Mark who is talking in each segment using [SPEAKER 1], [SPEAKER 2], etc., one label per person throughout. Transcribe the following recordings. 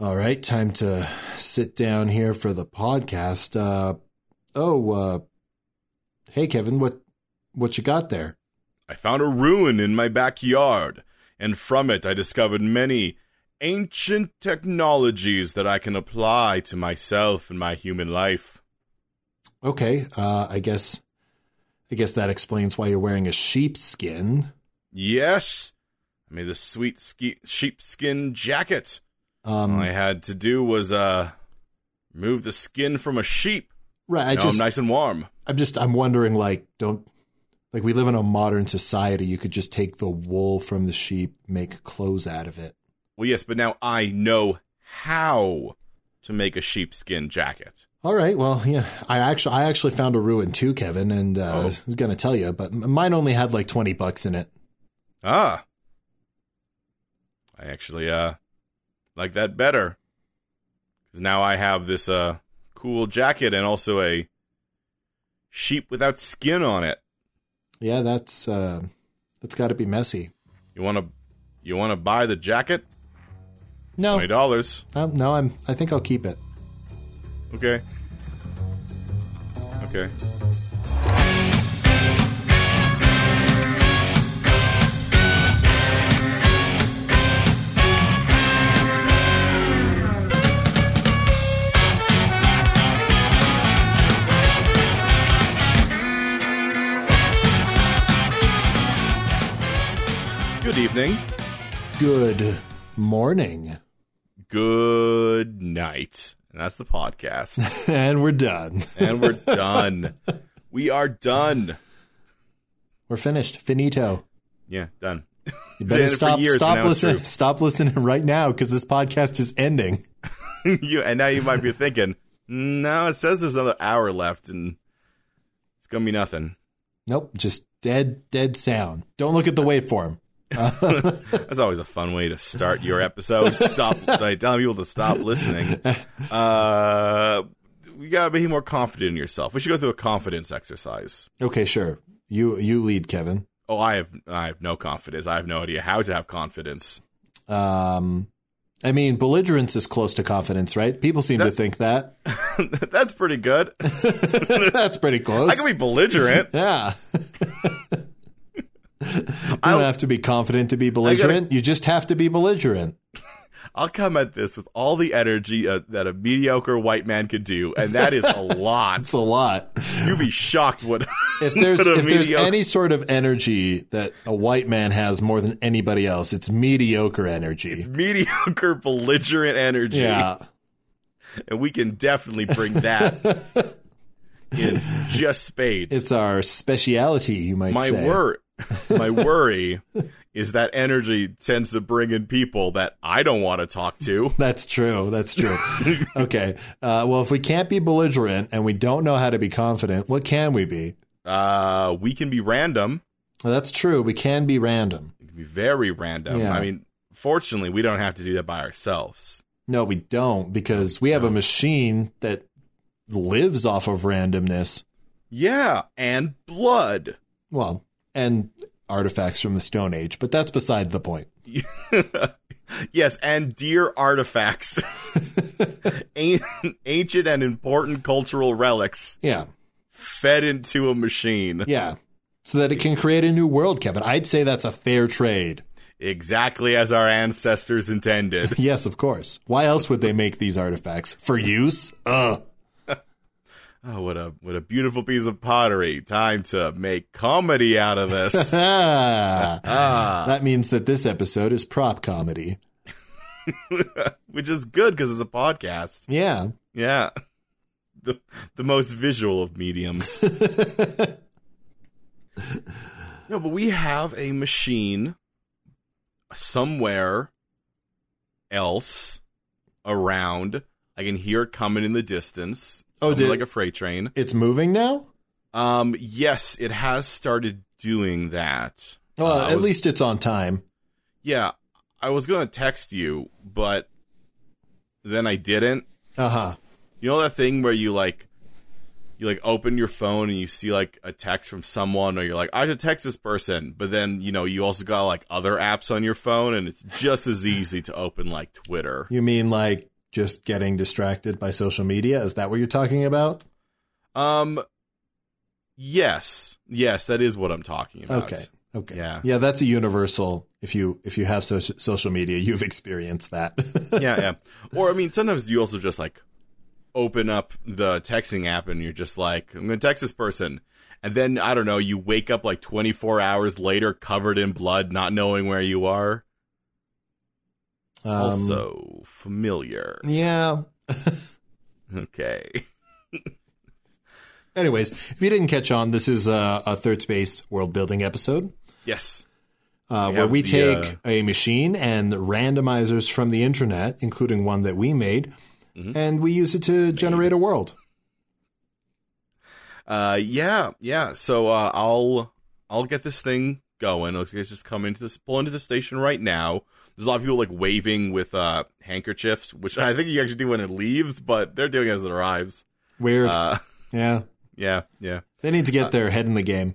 [SPEAKER 1] All right, time to sit down here for the podcast. Uh, oh, uh, hey Kevin, what what you got there?
[SPEAKER 2] I found a ruin in my backyard, and from it I discovered many ancient technologies that I can apply to myself and my human life.
[SPEAKER 1] Okay, uh, I guess I guess that explains why you're wearing a sheepskin.
[SPEAKER 2] Yes, I made a sweet ski- sheepskin jacket.
[SPEAKER 1] Um,
[SPEAKER 2] All I had to do was uh, move the skin from a sheep.
[SPEAKER 1] right, I
[SPEAKER 2] now
[SPEAKER 1] just
[SPEAKER 2] I'm nice and warm.
[SPEAKER 1] I'm just I'm wondering like don't like we live in a modern society you could just take the wool from the sheep make clothes out of it.
[SPEAKER 2] Well, yes, but now I know how to make a sheepskin jacket.
[SPEAKER 1] All right, well, yeah, I actually I actually found a ruin too, Kevin, and uh, I
[SPEAKER 2] Oh.
[SPEAKER 1] was going to tell you, but m- mine only had like 20 bucks in it.
[SPEAKER 2] Ah, I actually uh like that better because now I have this uh cool jacket and also a sheep without skin on it.
[SPEAKER 1] Yeah, that's uh, that's got to be messy.
[SPEAKER 2] You want to you want to buy the jacket?
[SPEAKER 1] No,
[SPEAKER 2] Twenty dollars.
[SPEAKER 1] no, Oh, no, I'm I think I'll keep it.
[SPEAKER 2] Okay. Okay. Good evening.
[SPEAKER 1] Good morning,
[SPEAKER 2] Good night. And that's the podcast.
[SPEAKER 1] and we're done.
[SPEAKER 2] and we're done. we are done.
[SPEAKER 1] We're finished. Finito.
[SPEAKER 2] Yeah, done.
[SPEAKER 1] You
[SPEAKER 2] It's
[SPEAKER 1] better
[SPEAKER 2] ended for
[SPEAKER 1] stop
[SPEAKER 2] years, but
[SPEAKER 1] stop
[SPEAKER 2] now it's
[SPEAKER 1] listening
[SPEAKER 2] true.
[SPEAKER 1] stop listening right now because this podcast is ending.
[SPEAKER 2] you and now you might be thinking, no, it says there's another hour left, and it's gonna be nothing.
[SPEAKER 1] Nope, just dead dead sound. Don't look at the waveform.
[SPEAKER 2] That's always a fun way to start your episode. Stop like, telling people to stop listening. Uh, you gotta be more confident in yourself. We should go through a confidence exercise.
[SPEAKER 1] Okay, sure. You you lead, Kevin.
[SPEAKER 2] Oh, I have I have no confidence. I have no idea how to have confidence.
[SPEAKER 1] Um, I mean, belligerence is close to confidence, right? People seem to think that.
[SPEAKER 2] That's pretty good.
[SPEAKER 1] That's pretty close.
[SPEAKER 2] I can be belligerent.
[SPEAKER 1] yeah. you don't have to be confident to be belligerent. you just have to be belligerent.
[SPEAKER 2] I'll come at this with all the energy uh, that a mediocre white man could do, and that is a lot.
[SPEAKER 1] It's a lot.
[SPEAKER 2] You'd be shocked what.
[SPEAKER 1] If there's
[SPEAKER 2] what a
[SPEAKER 1] if there's
[SPEAKER 2] mediocre-
[SPEAKER 1] any sort of energy that a white man has more than anybody else, it's mediocre energy.
[SPEAKER 2] mediocre belligerent energy,
[SPEAKER 1] Yeah.
[SPEAKER 2] and we can definitely bring that in just spades.
[SPEAKER 1] It's our speciality, you might
[SPEAKER 2] my
[SPEAKER 1] say.
[SPEAKER 2] wor- my worry is that energy tends to bring in people that I don't want to talk to.
[SPEAKER 1] That's true. That's true. okay. Uh, well, if we can't be belligerent and we don't know how to be confident, what can we be?
[SPEAKER 2] Uh, we can be random.
[SPEAKER 1] Well, that's true. We can be random.
[SPEAKER 2] We can be very random.
[SPEAKER 1] Yeah.
[SPEAKER 2] I mean, fortunately, we don't have to do that by ourselves.
[SPEAKER 1] No, we don't because we have a machine that lives off of randomness.
[SPEAKER 2] Yeah, and blood.
[SPEAKER 1] Well, and artifacts from the Stone Age, but that's beside the point.
[SPEAKER 2] yes, and dear artifacts, An- ancient and important cultural relics
[SPEAKER 1] Yeah.
[SPEAKER 2] fed into a machine.
[SPEAKER 1] Yeah. So that it can create a new world, Kevin. I'd say that's a fair trade.
[SPEAKER 2] Exactly as our ancestors intended.
[SPEAKER 1] Yes, of course. Why else would they make these artifacts? For use? Ugh.
[SPEAKER 2] Oh, what a what a beautiful piece of pottery. Time to make comedy out of this.
[SPEAKER 1] Ah.
[SPEAKER 2] ah,
[SPEAKER 1] That means that this episode is prop comedy.
[SPEAKER 2] which is good because it's a podcast.
[SPEAKER 1] Yeah.
[SPEAKER 2] Yeah. The the most visual of mediums. no, but we have a machine somewhere else around. I can hear it coming in the distance.
[SPEAKER 1] Oh,
[SPEAKER 2] Coming
[SPEAKER 1] did-
[SPEAKER 2] like a freight train.
[SPEAKER 1] It's moving now?
[SPEAKER 2] Um, yes, it has started doing that.
[SPEAKER 1] Well,
[SPEAKER 2] Uh, I
[SPEAKER 1] at
[SPEAKER 2] was-
[SPEAKER 1] least it's on time.
[SPEAKER 2] Yeah, I was gonna text you, but then I didn't.
[SPEAKER 1] Uh huh.
[SPEAKER 2] You know that thing where you like you like open your phone and you see like a text from someone or you're like, I should text this person, but then you know you also got like other apps on your phone and it's just as easy to open like Twitter.
[SPEAKER 1] You mean like Just getting distracted by social media? Is that what you're talking about?
[SPEAKER 2] Um, yes, yes, that is what I'm talking about.
[SPEAKER 1] Okay. Okay.
[SPEAKER 2] Yeah.
[SPEAKER 1] Yeah, that's a universal. If you if you have soci- social media, you've experienced that.
[SPEAKER 2] yeah, yeah. Or I mean, sometimes you also just like open up the texting app and you're just like, I'm gonna text this person, and then I don't know, you wake up like 24 hours later, covered in blood, not knowing where you are.
[SPEAKER 1] Um,
[SPEAKER 2] also familiar.
[SPEAKER 1] Yeah.
[SPEAKER 2] Okay.
[SPEAKER 1] Anyways, if you didn't catch on, this is a, a third space world building episode
[SPEAKER 2] Yes.
[SPEAKER 1] uh,
[SPEAKER 2] We
[SPEAKER 1] where
[SPEAKER 2] have
[SPEAKER 1] we
[SPEAKER 2] the,
[SPEAKER 1] take
[SPEAKER 2] uh,
[SPEAKER 1] a machine and randomizers from the internet, including one that we made,
[SPEAKER 2] Mhm.
[SPEAKER 1] and we use it to generate a world.
[SPEAKER 2] Uh, yeah, yeah. So uh, I'll I'll get this thing going. Looks like it's just coming to this pull into the station right now. There's a lot of people like waving with uh handkerchiefs, which I think you actually do when it leaves, but they're doing it as it arrives.
[SPEAKER 1] Weird.
[SPEAKER 2] Uh,
[SPEAKER 1] yeah.
[SPEAKER 2] yeah, yeah,
[SPEAKER 1] They need to get their head in the game.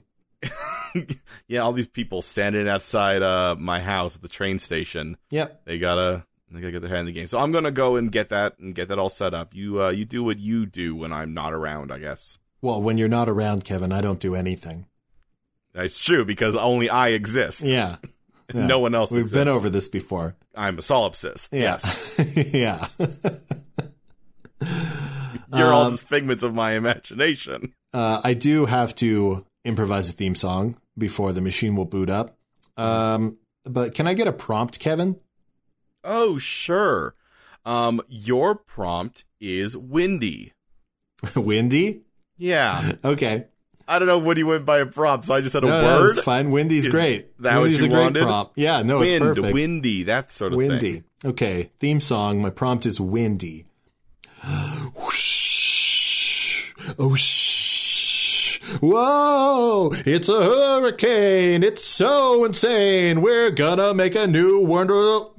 [SPEAKER 2] yeah. All these people standing outside uh my house at the train station.
[SPEAKER 1] Yep.
[SPEAKER 2] They gotta they gotta get their hand in the game. So I'm gonna go and get that and get that all set up. You uh you do what you do when I'm not around, I guess.
[SPEAKER 1] Well, when you're not around, Kevin, I don't do anything.
[SPEAKER 2] It's true because only I exist.
[SPEAKER 1] Yeah. Yeah.
[SPEAKER 2] No one else.
[SPEAKER 1] We've
[SPEAKER 2] exists.
[SPEAKER 1] been over this before.
[SPEAKER 2] I'm a solipsist. Yes.
[SPEAKER 1] yeah.
[SPEAKER 2] You're all
[SPEAKER 1] Um,
[SPEAKER 2] just figments of my imagination.
[SPEAKER 1] Uh, I do have to improvise a theme song before the machine will boot up. Um, but can I get a prompt, Kevin?
[SPEAKER 2] Oh, sure. Um, your prompt is windy.
[SPEAKER 1] Windy?
[SPEAKER 2] Yeah.
[SPEAKER 1] Okay.
[SPEAKER 2] I don't know what he went by a prompt, so I just said a
[SPEAKER 1] No, no,
[SPEAKER 2] word.
[SPEAKER 1] it's fine. Windy's
[SPEAKER 2] Is
[SPEAKER 1] great.
[SPEAKER 2] that what
[SPEAKER 1] Windy's
[SPEAKER 2] you
[SPEAKER 1] a great
[SPEAKER 2] wanted?
[SPEAKER 1] prompt. Yeah, no, it's
[SPEAKER 2] Wind,
[SPEAKER 1] perfect.
[SPEAKER 2] windy, that sort of
[SPEAKER 1] windy.
[SPEAKER 2] thing.
[SPEAKER 1] Okay. Theme song. My prompt is windy. Whoosh. Oh, shh. Whoa. It's a hurricane. It's so insane. We're gonna make a new wonder.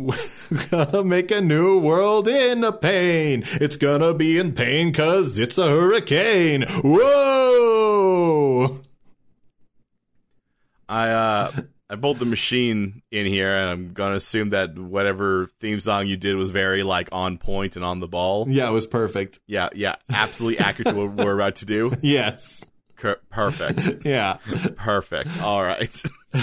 [SPEAKER 1] gonna make a new world in a pain. It's gonna be in pain cause it's a hurricane. Whoa.
[SPEAKER 2] I uh I pulled the machine in here and I'm gonna assume that whatever theme song you did was very like on point and on the ball.
[SPEAKER 1] Yeah, it was perfect.
[SPEAKER 2] Yeah, yeah. Absolutely accurate to what we're about to do.
[SPEAKER 1] Yes.
[SPEAKER 2] Cur- Perfect.
[SPEAKER 1] Yeah.
[SPEAKER 2] Perfect. All right.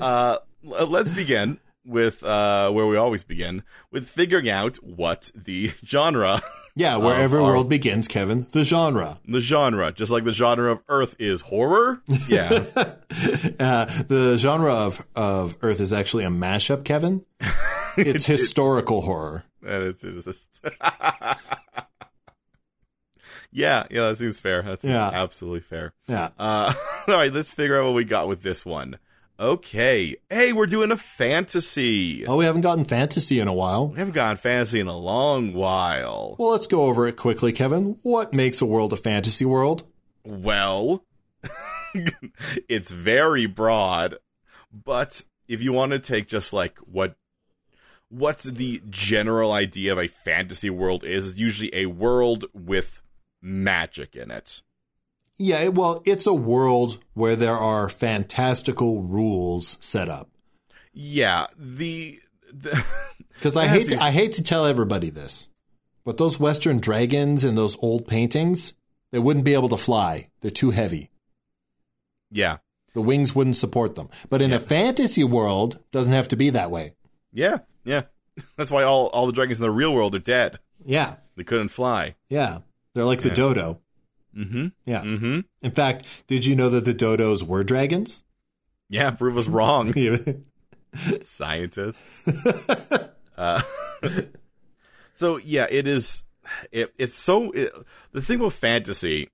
[SPEAKER 2] uh, l- let's begin with uh, where we always begin with figuring out what the genre,
[SPEAKER 1] Yeah, wherever
[SPEAKER 2] Um, our-
[SPEAKER 1] world begins, Kevin, the genre.
[SPEAKER 2] the genre, just like the genre of Earth is horror. Yeah.
[SPEAKER 1] Uh, the genre of, of Earth is actually a mashup, Kevin. It's historical horror.
[SPEAKER 2] and it's, it's just. yeah. Yeah. That seems fair. That seems
[SPEAKER 1] Yeah.
[SPEAKER 2] absolutely fair.
[SPEAKER 1] Yeah.
[SPEAKER 2] Uh, all right. Let's figure out what we got with this one. Okay. Hey, we're doing a fantasy.
[SPEAKER 1] Oh, we haven't gotten fantasy in a while.
[SPEAKER 2] We haven't gotten fantasy in a long while.
[SPEAKER 1] Well, let's go over it quickly, Kevin. What makes a world a fantasy world?
[SPEAKER 2] Well, it's very broad, but if you want to take just like what what's the general idea of a fantasy world is, it's usually a world with magic in it.
[SPEAKER 1] Yeah, it- well, it's a world where there are fantastical rules set up.
[SPEAKER 2] Yeah, the, the
[SPEAKER 1] Because I hate to,
[SPEAKER 2] Fantasy-
[SPEAKER 1] I hate to tell everybody this, but those Western dragons and those old paintings, they wouldn't be able to fly. They're too heavy.
[SPEAKER 2] yeah.
[SPEAKER 1] The wings wouldn't support them. But in a fantasy world, doesn't have to be that way.
[SPEAKER 2] Yeah. Yeah. That's why all all the dragons in the real world are dead.
[SPEAKER 1] Yeah,
[SPEAKER 2] They couldn't fly.
[SPEAKER 1] yeah. They're like the dodo.
[SPEAKER 2] Mhm.
[SPEAKER 1] Yeah.
[SPEAKER 2] Mhm.
[SPEAKER 1] In fact, did you know that the dodos were dragons?
[SPEAKER 2] Yeah, prove us wrong.
[SPEAKER 1] yeah,
[SPEAKER 2] scientists. uh, so yeah, it is. It, it's so it, the thing with fantasy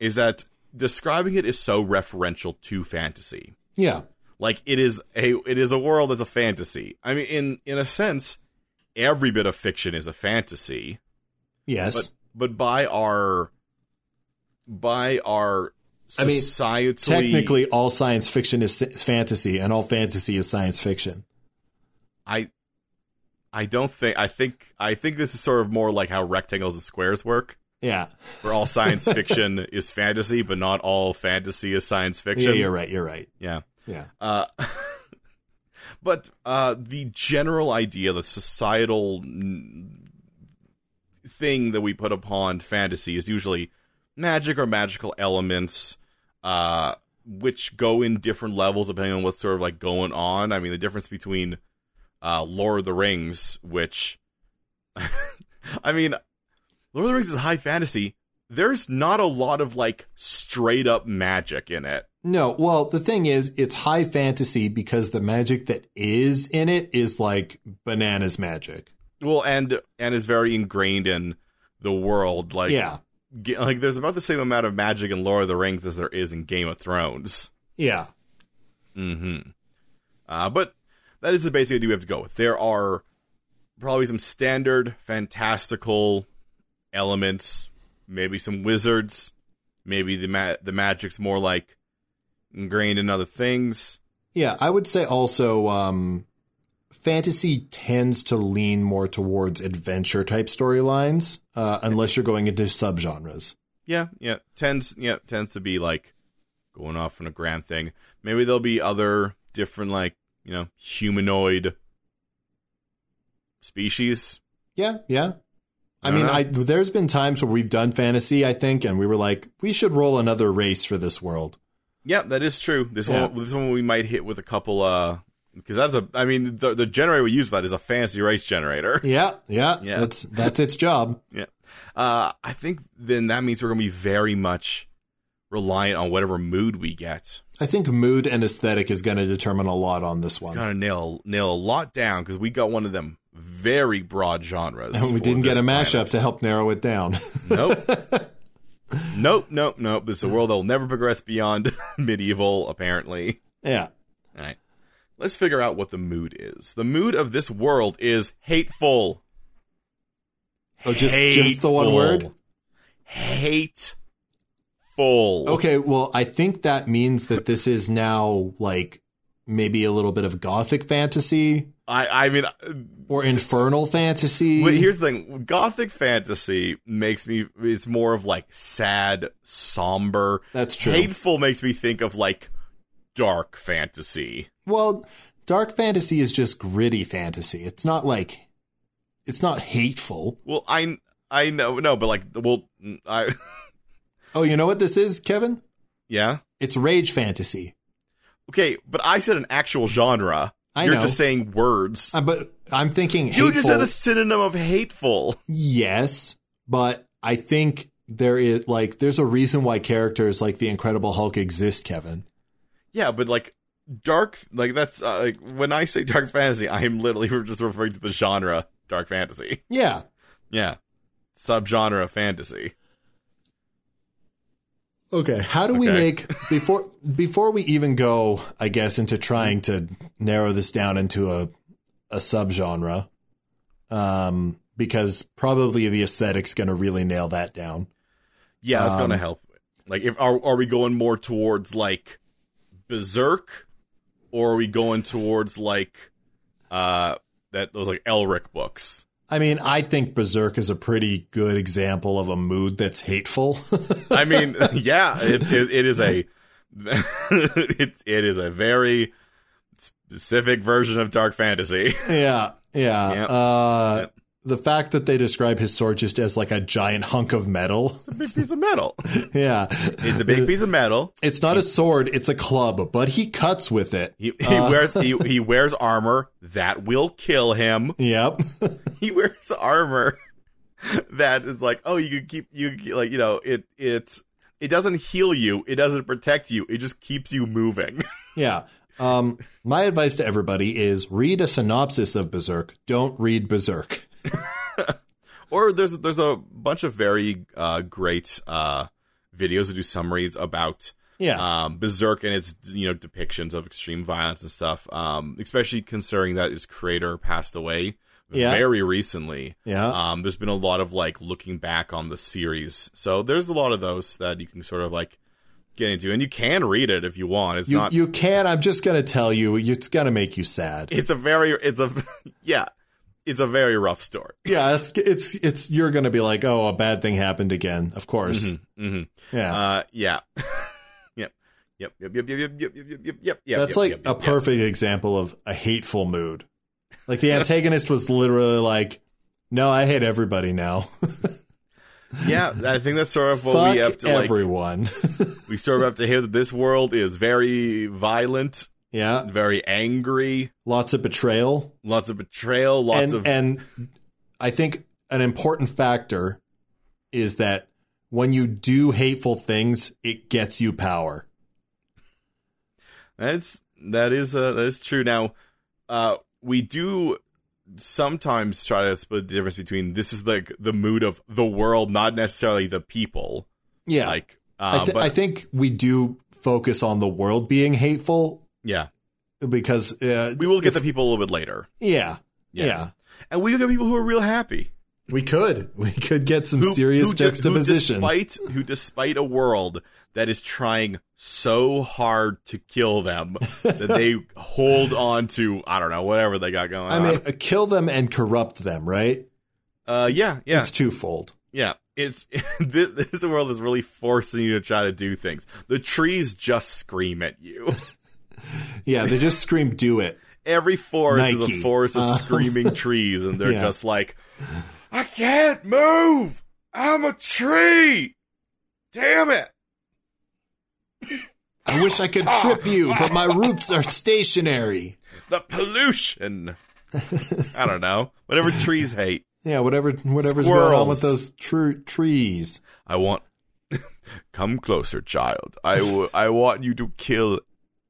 [SPEAKER 2] is that describing it is so referential to fantasy. Like it is a it is a world that's a fantasy. I mean, in in a sense, every bit of fiction is a fantasy
[SPEAKER 1] yes.
[SPEAKER 2] but but by our by our
[SPEAKER 1] I mean,
[SPEAKER 2] societally
[SPEAKER 1] Technically, all science fiction is s- fantasy, and all fantasy is science fiction.
[SPEAKER 2] I I don't think I think I think this is sort of more like how rectangles and squares work,
[SPEAKER 1] Yeah,
[SPEAKER 2] where all science fiction is fantasy, but not all fantasy is science
[SPEAKER 1] yeah.
[SPEAKER 2] fiction. Uh,
[SPEAKER 1] You're right. You're right.
[SPEAKER 2] Yeah.
[SPEAKER 1] Yeah.
[SPEAKER 2] Uh, But uh, the general idea, the societal mm, thing that we put upon fantasy is usually magic or magical elements, uh, which go in different levels depending on what's sort of like going on. I mean, the difference between uh, Lord of the Rings, which, I mean, Lord of the Rings is high fantasy. There's not a lot of like straight up magic in it.
[SPEAKER 1] No, well, the thing is, it's high fantasy because the magic that is in it is like bananas magic.
[SPEAKER 2] Well, and and is very ingrained in the world. Like,
[SPEAKER 1] yeah,
[SPEAKER 2] ga- like there's about the same amount of magic in Lord of the Rings as there is in Game of Thrones.
[SPEAKER 1] yeah,
[SPEAKER 2] Mm-hmm. Uh, but that is the basic idea we have to go with. There are probably some standard fantastical elements, maybe some wizards, maybe the ma- the magic's more like ingrained in other things.
[SPEAKER 1] yeah. I would say also, um, fantasy tends to lean more towards adventure type storylines, uh, unless you're going into subgenres.
[SPEAKER 2] Yeah, yeah, tends yeah tends to be like going off on a grand thing. Maybe there'll be other different like you know humanoid species.
[SPEAKER 1] Yeah, yeah. I
[SPEAKER 2] I
[SPEAKER 1] mean,
[SPEAKER 2] don't
[SPEAKER 1] I, there's been times where we've done fantasy, I think, and we were like, we should roll another race for this world.
[SPEAKER 2] Yeah, that is true. This
[SPEAKER 1] Yeah.
[SPEAKER 2] one, this one we might hit with a couple. uh Because that's a, I mean, the, the generator we use for that is a fancy race generator.
[SPEAKER 1] Yeah, yeah,
[SPEAKER 2] Yeah.
[SPEAKER 1] That's that's its job.
[SPEAKER 2] Uh I think then that means we're going to be very much reliant on whatever mood we get.
[SPEAKER 1] I think mood and aesthetic is going to determine a lot on this
[SPEAKER 2] It's
[SPEAKER 1] one.
[SPEAKER 2] going to nail nail a lot down because we got one of them very broad genres.
[SPEAKER 1] And we
[SPEAKER 2] for
[SPEAKER 1] didn't get
[SPEAKER 2] this
[SPEAKER 1] a mashup
[SPEAKER 2] planet.
[SPEAKER 1] to help narrow it down.
[SPEAKER 2] Nope. nope. Nope. Nope. It's a world that will never progress beyond medieval, apparently.
[SPEAKER 1] yeah.
[SPEAKER 2] All right. Let's figure out what the mood is. The mood of this world is hateful.
[SPEAKER 1] Oh, just just the one word.
[SPEAKER 2] Hateful.
[SPEAKER 1] Okay. Well, I think that means that this is now like maybe a little bit of gothic fantasy
[SPEAKER 2] I I mean, uh,
[SPEAKER 1] or infernal fantasy.
[SPEAKER 2] wait, here's the thing. Gothic fantasy makes me. It's more of like sad, somber.
[SPEAKER 1] That's true.
[SPEAKER 2] Hateful makes me think of like dark fantasy.
[SPEAKER 1] Well, dark fantasy is just gritty fantasy. It's not like it's not hateful.
[SPEAKER 2] Well, I I know no, but like well, I
[SPEAKER 1] Oh, you know what this is, Kevin?
[SPEAKER 2] yeah.
[SPEAKER 1] It's rage fantasy.
[SPEAKER 2] Okay, but I said an actual genre.
[SPEAKER 1] I
[SPEAKER 2] You're
[SPEAKER 1] know.
[SPEAKER 2] just saying words.
[SPEAKER 1] Uh, but I'm thinking hateful.
[SPEAKER 2] You just said a synonym of hateful.
[SPEAKER 1] yes, but I think there is like there's a reason why characters like the Incredible Hulk exist, Kevin.
[SPEAKER 2] Yeah, but like dark, like that's uh, like when I say dark fantasy, I am literally just referring to the genre dark fantasy.
[SPEAKER 1] Yeah.
[SPEAKER 2] Yeah, subgenre fantasy.
[SPEAKER 1] Okay, how do we
[SPEAKER 2] Okay.
[SPEAKER 1] make before before we even go, I guess, into trying to narrow this down into a a subgenre? Um, because probably the aesthetic's going to really nail that down.
[SPEAKER 2] Yeah, that's
[SPEAKER 1] Um,
[SPEAKER 2] gonna help. Like, if are are we going more towards like berserk, or are we going towards like uh that those like Elric books?
[SPEAKER 1] I mean, I think Berserk is a pretty good example of a mood that's hateful.
[SPEAKER 2] I mean, yeah, it, it, it is a it, it is a very specific version of dark fantasy.
[SPEAKER 1] yeah, yeah.
[SPEAKER 2] Yep.
[SPEAKER 1] Uh,
[SPEAKER 2] Yep.
[SPEAKER 1] The fact that they describe his sword just as like a giant hunk of metal.
[SPEAKER 2] It's a big piece of metal.
[SPEAKER 1] yeah,
[SPEAKER 2] It's a big piece of metal.
[SPEAKER 1] it's not a sword; it's a club, but he cuts with it.
[SPEAKER 2] He, he wears he, he wears armor that will kill him.
[SPEAKER 1] Yep.
[SPEAKER 2] He wears armor that is like, oh, you can keep you can- like you know it it's it doesn't heal you, it doesn't protect you, it just keeps you moving.
[SPEAKER 1] Yeah. Um, my advice to everybody is read a synopsis of Berserk. Don't read Berserk.
[SPEAKER 2] or there's there's a bunch of very uh, great uh, videos that do summaries about
[SPEAKER 1] Yeah.
[SPEAKER 2] um, Berserk and its you know depictions of extreme violence and stuff. Um, especially considering that its creator passed away
[SPEAKER 1] Yeah. Uh.
[SPEAKER 2] very recently.
[SPEAKER 1] yeah.
[SPEAKER 2] Um, there's been a lot of like looking back on the series, so there's a lot of those that you can sort of like get into, and you can read it if you want. It's
[SPEAKER 1] you
[SPEAKER 2] not.
[SPEAKER 1] you can. I'm just gonna tell you. It's gonna make you sad.
[SPEAKER 2] it's a very. It's a. yeah. It's a very rough story.
[SPEAKER 1] yeah. It's it's it's. You're gonna be like,
[SPEAKER 2] Mm-hmm.
[SPEAKER 1] oh, a bad thing happened again. Of course.
[SPEAKER 2] hmm
[SPEAKER 1] Yeah.
[SPEAKER 2] Uh, yeah. yep. Yep. Yep. Yep. Yep. Yep. Yep. Yep. Yep. Yep. Yep.
[SPEAKER 1] That's
[SPEAKER 2] yep,
[SPEAKER 1] like
[SPEAKER 2] yep,
[SPEAKER 1] a
[SPEAKER 2] yep, yep.
[SPEAKER 1] perfect example of a hateful mood. Like the antagonist was literally like, "No, I hate everybody now.
[SPEAKER 2] Yeah, I think that's sort of what
[SPEAKER 1] Fuck
[SPEAKER 2] we have to like.
[SPEAKER 1] everyone."
[SPEAKER 2] We sort of have to hear that this world is very violent,
[SPEAKER 1] yeah,
[SPEAKER 2] very angry,
[SPEAKER 1] lots of betrayal,
[SPEAKER 2] lots of betrayal, lots
[SPEAKER 1] and
[SPEAKER 2] of
[SPEAKER 1] and I think an important factor is that when you do hateful things, it gets you power.
[SPEAKER 2] That's that is uh, that is true. Now, uh, we do sometimes try to split the difference between this is like the mood of the world, not necessarily the people.
[SPEAKER 1] Yeah,
[SPEAKER 2] Like,
[SPEAKER 1] I,
[SPEAKER 2] uh,
[SPEAKER 1] th-
[SPEAKER 2] but
[SPEAKER 1] I think we do focus on the world being hateful
[SPEAKER 2] yeah,
[SPEAKER 1] because uh,
[SPEAKER 2] we will get the
[SPEAKER 1] if-
[SPEAKER 2] people a little bit later,
[SPEAKER 1] yeah,
[SPEAKER 2] Yeah.
[SPEAKER 1] yeah
[SPEAKER 2] and we will get people who are real happy,
[SPEAKER 1] we could we could get some
[SPEAKER 2] who,
[SPEAKER 1] serious
[SPEAKER 2] who ju-
[SPEAKER 1] juxtaposition
[SPEAKER 2] who despite who despite a world that is trying so hard to kill them that they hold on to I don't know whatever they got going
[SPEAKER 1] I
[SPEAKER 2] on.
[SPEAKER 1] mean uh, kill them and corrupt them right
[SPEAKER 2] uh, yeah, yeah,
[SPEAKER 1] it's twofold
[SPEAKER 2] Yeah, it's this, this world is really forcing you to try to do things. The trees just scream at you.
[SPEAKER 1] yeah they just scream do it
[SPEAKER 2] Every forest is a
[SPEAKER 1] Nike.
[SPEAKER 2] forest of
[SPEAKER 1] Um,
[SPEAKER 2] screaming trees, and they're
[SPEAKER 1] yeah.
[SPEAKER 2] just like, "I can't move. I'm a tree. Damn it!
[SPEAKER 1] I wish I
[SPEAKER 2] Ah.
[SPEAKER 1] could trip you but my roots are stationary
[SPEAKER 2] The pollution. I don't know. Whatever trees hate.
[SPEAKER 1] yeah whatever whatever's going on
[SPEAKER 2] Squirrels.
[SPEAKER 1] with those true trees
[SPEAKER 2] I want. Come closer, child. I w- I want you to kill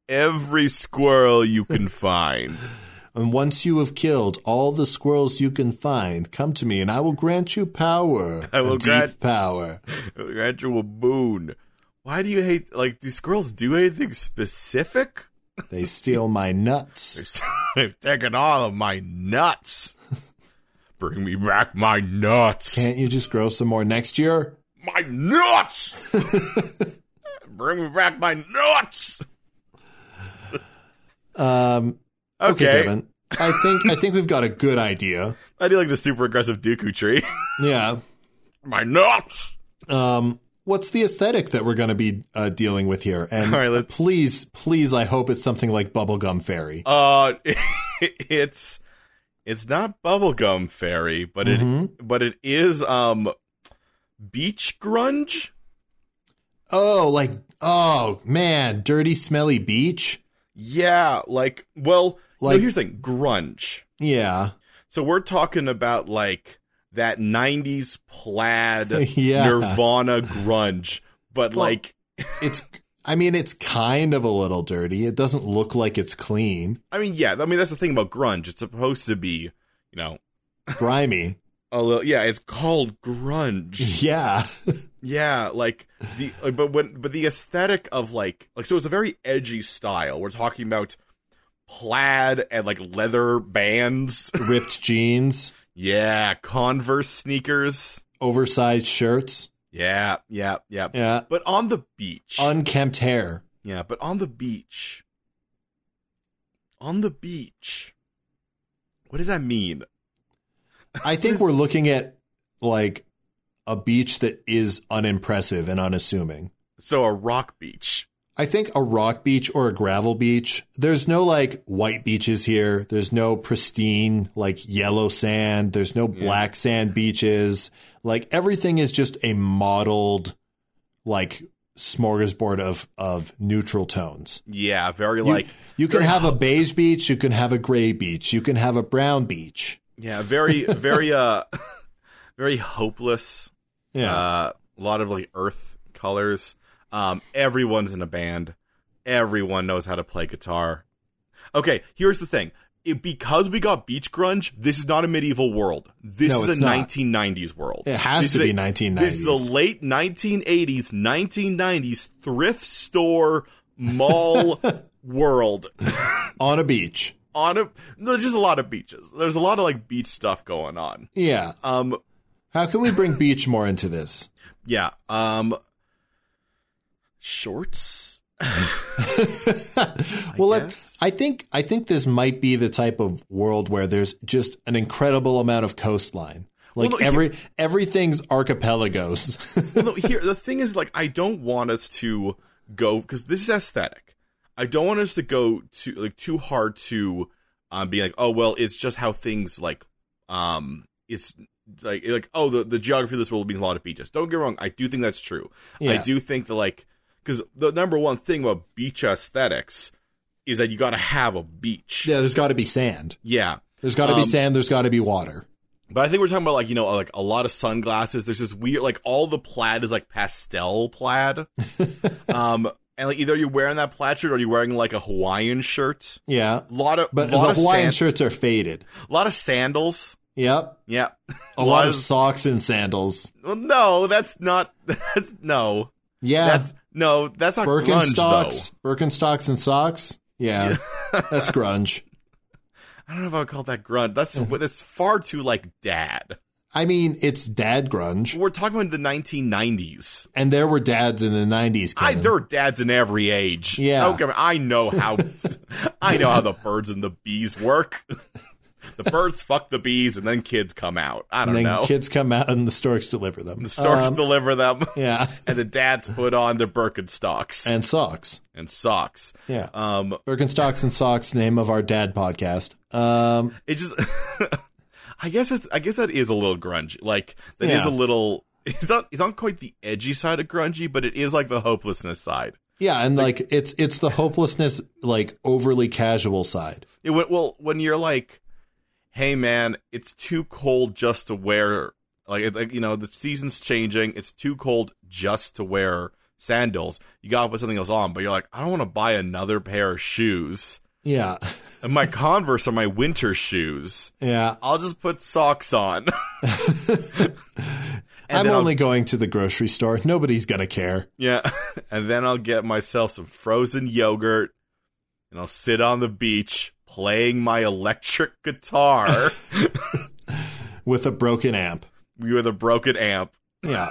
[SPEAKER 2] every squirrel you can find."
[SPEAKER 1] and once you have killed all the squirrels you can find come to me and I will grant you power
[SPEAKER 2] I will
[SPEAKER 1] a deep
[SPEAKER 2] grant-
[SPEAKER 1] power
[SPEAKER 2] grant you a boon. Why do you hate? Like, do squirrels do anything specific?
[SPEAKER 1] they steal my nuts
[SPEAKER 2] They've taken all of my nuts. Bring me back my nuts.
[SPEAKER 1] Can't you just grow some more next year?
[SPEAKER 2] My nuts. Bring me back my nuts.
[SPEAKER 1] Um, okay,
[SPEAKER 2] Okay,
[SPEAKER 1] Kevin. I think I think we've got a good idea.
[SPEAKER 2] I do like the super aggressive Dooku tree.
[SPEAKER 1] Yeah.
[SPEAKER 2] my nuts.
[SPEAKER 1] Um, what's the aesthetic that we're going to be uh, dealing with here? And
[SPEAKER 2] All right, let's-
[SPEAKER 1] please, please, I hope it's something like Bubblegum Fairy.
[SPEAKER 2] Uh, it's it's not bubblegum fairy, but it
[SPEAKER 1] Mhm.
[SPEAKER 2] but it is um beach grunge.
[SPEAKER 1] Oh, like oh man, dirty, smelly beach.
[SPEAKER 2] Yeah, like well, no,
[SPEAKER 1] Like-
[SPEAKER 2] here's the thing, grunge.
[SPEAKER 1] Yeah,
[SPEAKER 2] So we're talking about like that 90s plaid
[SPEAKER 1] Yeah.
[SPEAKER 2] Nirvana grunge, but
[SPEAKER 1] Well-
[SPEAKER 2] like
[SPEAKER 1] it's. I mean, it's kind of a little dirty. It doesn't look like it's clean,
[SPEAKER 2] I mean, yeah, I mean that's the thing about grunge. It's supposed to be, you know,
[SPEAKER 1] grimy.
[SPEAKER 2] a little yeah, it's called grunge.
[SPEAKER 1] Yeah,
[SPEAKER 2] yeah, like the uh, but when but the aesthetic of like like so it's a very edgy style. We're talking about plaid and like leather bands.
[SPEAKER 1] ripped jeans,
[SPEAKER 2] yeah, Converse sneakers.
[SPEAKER 1] oversized shirts.
[SPEAKER 2] Yeah, yeah, yeah.
[SPEAKER 1] Yeah,
[SPEAKER 2] But on the beach.
[SPEAKER 1] unkempt hair.
[SPEAKER 2] yeah, but on the beach. On the beach. What does that mean?
[SPEAKER 1] I think we're looking at like a beach that is unimpressive and unassuming.
[SPEAKER 2] So a rock beach.
[SPEAKER 1] I think a rock beach or a gravel beach, there's no like white beaches here. There's no pristine like yellow sand. There's no
[SPEAKER 2] Yeah.
[SPEAKER 1] black sand beaches. Like everything is just a modeled like smorgasbord of of neutral tones.
[SPEAKER 2] Yeah, very
[SPEAKER 1] You-
[SPEAKER 2] like
[SPEAKER 1] you can
[SPEAKER 2] very-
[SPEAKER 1] have a beige beach, you can have a gray beach, you can have a brown beach.
[SPEAKER 2] yeah, very very uh very hopeless. Uh a lot of like earth colors. Um everyone's in a band. Everyone knows how to play guitar. Okay, here's the thing. It, because we got beach grunge, this is not a medieval world. This
[SPEAKER 1] No,
[SPEAKER 2] is
[SPEAKER 1] it's
[SPEAKER 2] a
[SPEAKER 1] not.
[SPEAKER 2] 1990s world.
[SPEAKER 1] it has
[SPEAKER 2] This
[SPEAKER 1] to
[SPEAKER 2] is
[SPEAKER 1] be
[SPEAKER 2] a-
[SPEAKER 1] 1990s.
[SPEAKER 2] This is the late 1980s, 1990s thrift store mall world
[SPEAKER 1] on a beach.
[SPEAKER 2] on a there's just a lot of beaches. There's a lot of like beach stuff going on.
[SPEAKER 1] Yeah.
[SPEAKER 2] Um
[SPEAKER 1] How can we bring beach more into this?
[SPEAKER 2] yeah, um shorts?
[SPEAKER 1] well, I,
[SPEAKER 2] guess.
[SPEAKER 1] I think I think this might be the type of world where there's just an incredible amount of coastline. Like
[SPEAKER 2] Well, no,
[SPEAKER 1] every everything's archipelagos.
[SPEAKER 2] well, no, here the thing is like I don't want us to go because this is aesthetic. I don't want us to go too like too hard to um being like, oh well, it's just how things like um it's like like oh the, the geography of this world means a lot of beaches. Don't get me wrong, I do think that's true. I
[SPEAKER 1] Yeah.
[SPEAKER 2] do think that like because the number one thing about beach aesthetics is that you got to have a beach.
[SPEAKER 1] Yeah, there's got to be sand.
[SPEAKER 2] yeah.
[SPEAKER 1] There's got to be
[SPEAKER 2] Um,
[SPEAKER 1] sand. There's got to be water.
[SPEAKER 2] But I think we're talking about like you know like a lot of sunglasses. There's this weird like all the plaid is like pastel plaid, um, and like either you're wearing that plaid shirt or you're wearing like a Hawaiian shirt.
[SPEAKER 1] Yeah,
[SPEAKER 2] A lot of
[SPEAKER 1] but the
[SPEAKER 2] lot of
[SPEAKER 1] Hawaiian
[SPEAKER 2] sand-
[SPEAKER 1] shirts are faded.
[SPEAKER 2] a lot of sandals.
[SPEAKER 1] Yep,
[SPEAKER 2] Yeah,
[SPEAKER 1] a lot of socks and sandals.
[SPEAKER 2] well, no, that's not that's no
[SPEAKER 1] Yeah,
[SPEAKER 2] that's no that's not grunge
[SPEAKER 1] Birkenstocks,
[SPEAKER 2] though.
[SPEAKER 1] Birkenstocks and socks. Yeah, that's grunge.
[SPEAKER 2] I don't know if I would call that grunge. That's that's far too like dad.
[SPEAKER 1] I mean, it's dad grunge,
[SPEAKER 2] We're talking about the 1990s.
[SPEAKER 1] and there were dads in the '90s.
[SPEAKER 2] I,
[SPEAKER 1] Kenan.
[SPEAKER 2] there are dads in every age.
[SPEAKER 1] Yeah.
[SPEAKER 2] Okay, I know how. I know how the birds and the bees work. the birds fuck the bees, and then kids come out. I don't
[SPEAKER 1] and then
[SPEAKER 2] know.
[SPEAKER 1] kids come out, and the storks deliver them.
[SPEAKER 2] the storks
[SPEAKER 1] Um,
[SPEAKER 2] deliver them,
[SPEAKER 1] yeah,
[SPEAKER 2] and the dads put on their Birkenstocks and,
[SPEAKER 1] and socks.
[SPEAKER 2] socks.
[SPEAKER 1] Yeah,
[SPEAKER 2] Um,
[SPEAKER 1] Birkenstocks and socks. Name of our dad podcast. Um,
[SPEAKER 2] it just. I guess it's, I guess that is a little grungy. Like that is
[SPEAKER 1] Yeah.
[SPEAKER 2] a little. It's not. It's not quite the edgy side of grungy, but it is like the hopelessness side.
[SPEAKER 1] yeah, and like it's it's the hopelessness, like overly casual side.
[SPEAKER 2] It went well when you're like, "Hey man, it's too cold just to wear like it- like you know the season's changing. It's too cold just to wear sandals. You gotta put something else on." But you're like, "I don't want to buy another pair of shoes.
[SPEAKER 1] Yeah,
[SPEAKER 2] And my Converse are my winter shoes.
[SPEAKER 1] yeah.
[SPEAKER 2] I'll just put socks on." And
[SPEAKER 1] I'm
[SPEAKER 2] then I'll-
[SPEAKER 1] only going to the grocery store. Nobody's gonna care.
[SPEAKER 2] yeah, and then I'll get myself some frozen yogurt, and I'll sit on the beach playing my electric guitar
[SPEAKER 1] with a broken amp.
[SPEAKER 2] with a broken amp.
[SPEAKER 1] Yeah.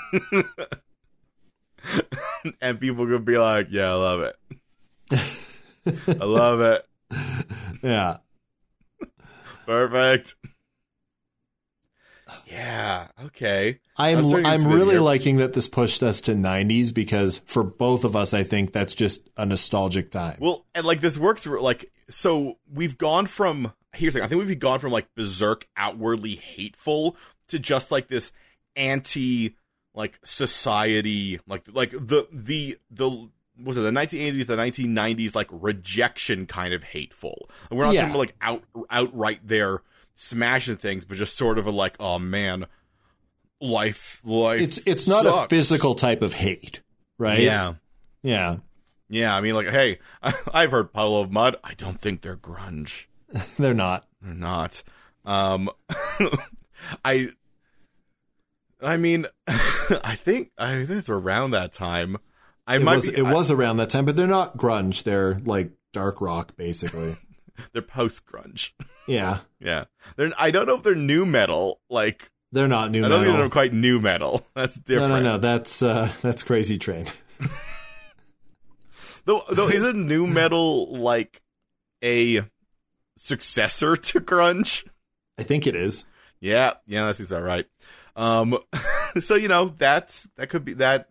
[SPEAKER 2] and people could be like, "Yeah, I love it. I love it.
[SPEAKER 1] Yeah.
[SPEAKER 2] Perfect." Yeah. Okay. I was
[SPEAKER 1] I'm
[SPEAKER 2] talking to
[SPEAKER 1] I'm
[SPEAKER 2] somebody
[SPEAKER 1] really
[SPEAKER 2] here.
[SPEAKER 1] liking that this pushed us to 90s because for both of us I think that's just a nostalgic time.
[SPEAKER 2] Well, and like this works for like so we've gone from here's the thing. I think we've gone from like berserk, outwardly hateful to just like this anti like society like like the the the what was it the 1980s the 1990s like rejection kind of hateful And we're not
[SPEAKER 1] Yeah.
[SPEAKER 2] talking about like out outright there smashing things but just sort of a like oh man life life
[SPEAKER 1] It's it's not
[SPEAKER 2] sucks.
[SPEAKER 1] a physical type of hate, right?
[SPEAKER 2] yeah
[SPEAKER 1] Yeah.
[SPEAKER 2] yeah i mean like hey i've heard puddle of mud i don't think they're grunge
[SPEAKER 1] They're not.
[SPEAKER 2] They're not. Um, I, I mean, I think I think it's around that time. I
[SPEAKER 1] It
[SPEAKER 2] might.
[SPEAKER 1] was
[SPEAKER 2] be-
[SPEAKER 1] it was around that time, but they're not grunge. They're like dark rock basically.
[SPEAKER 2] they're post grunge.
[SPEAKER 1] yeah.
[SPEAKER 2] Yeah, they're. I don't know if they're new metal. Like
[SPEAKER 1] They're not new
[SPEAKER 2] I don't think
[SPEAKER 1] metal.
[SPEAKER 2] they're quite new metal. That's
[SPEAKER 1] No,
[SPEAKER 2] different.
[SPEAKER 1] no, no. That's uh that's Crazy Train.
[SPEAKER 2] Though, though, isn't new metal like a successor to grunge?
[SPEAKER 1] I think it is.
[SPEAKER 2] Yeah, yeah, that seems all right. Um, so you know that's that could be that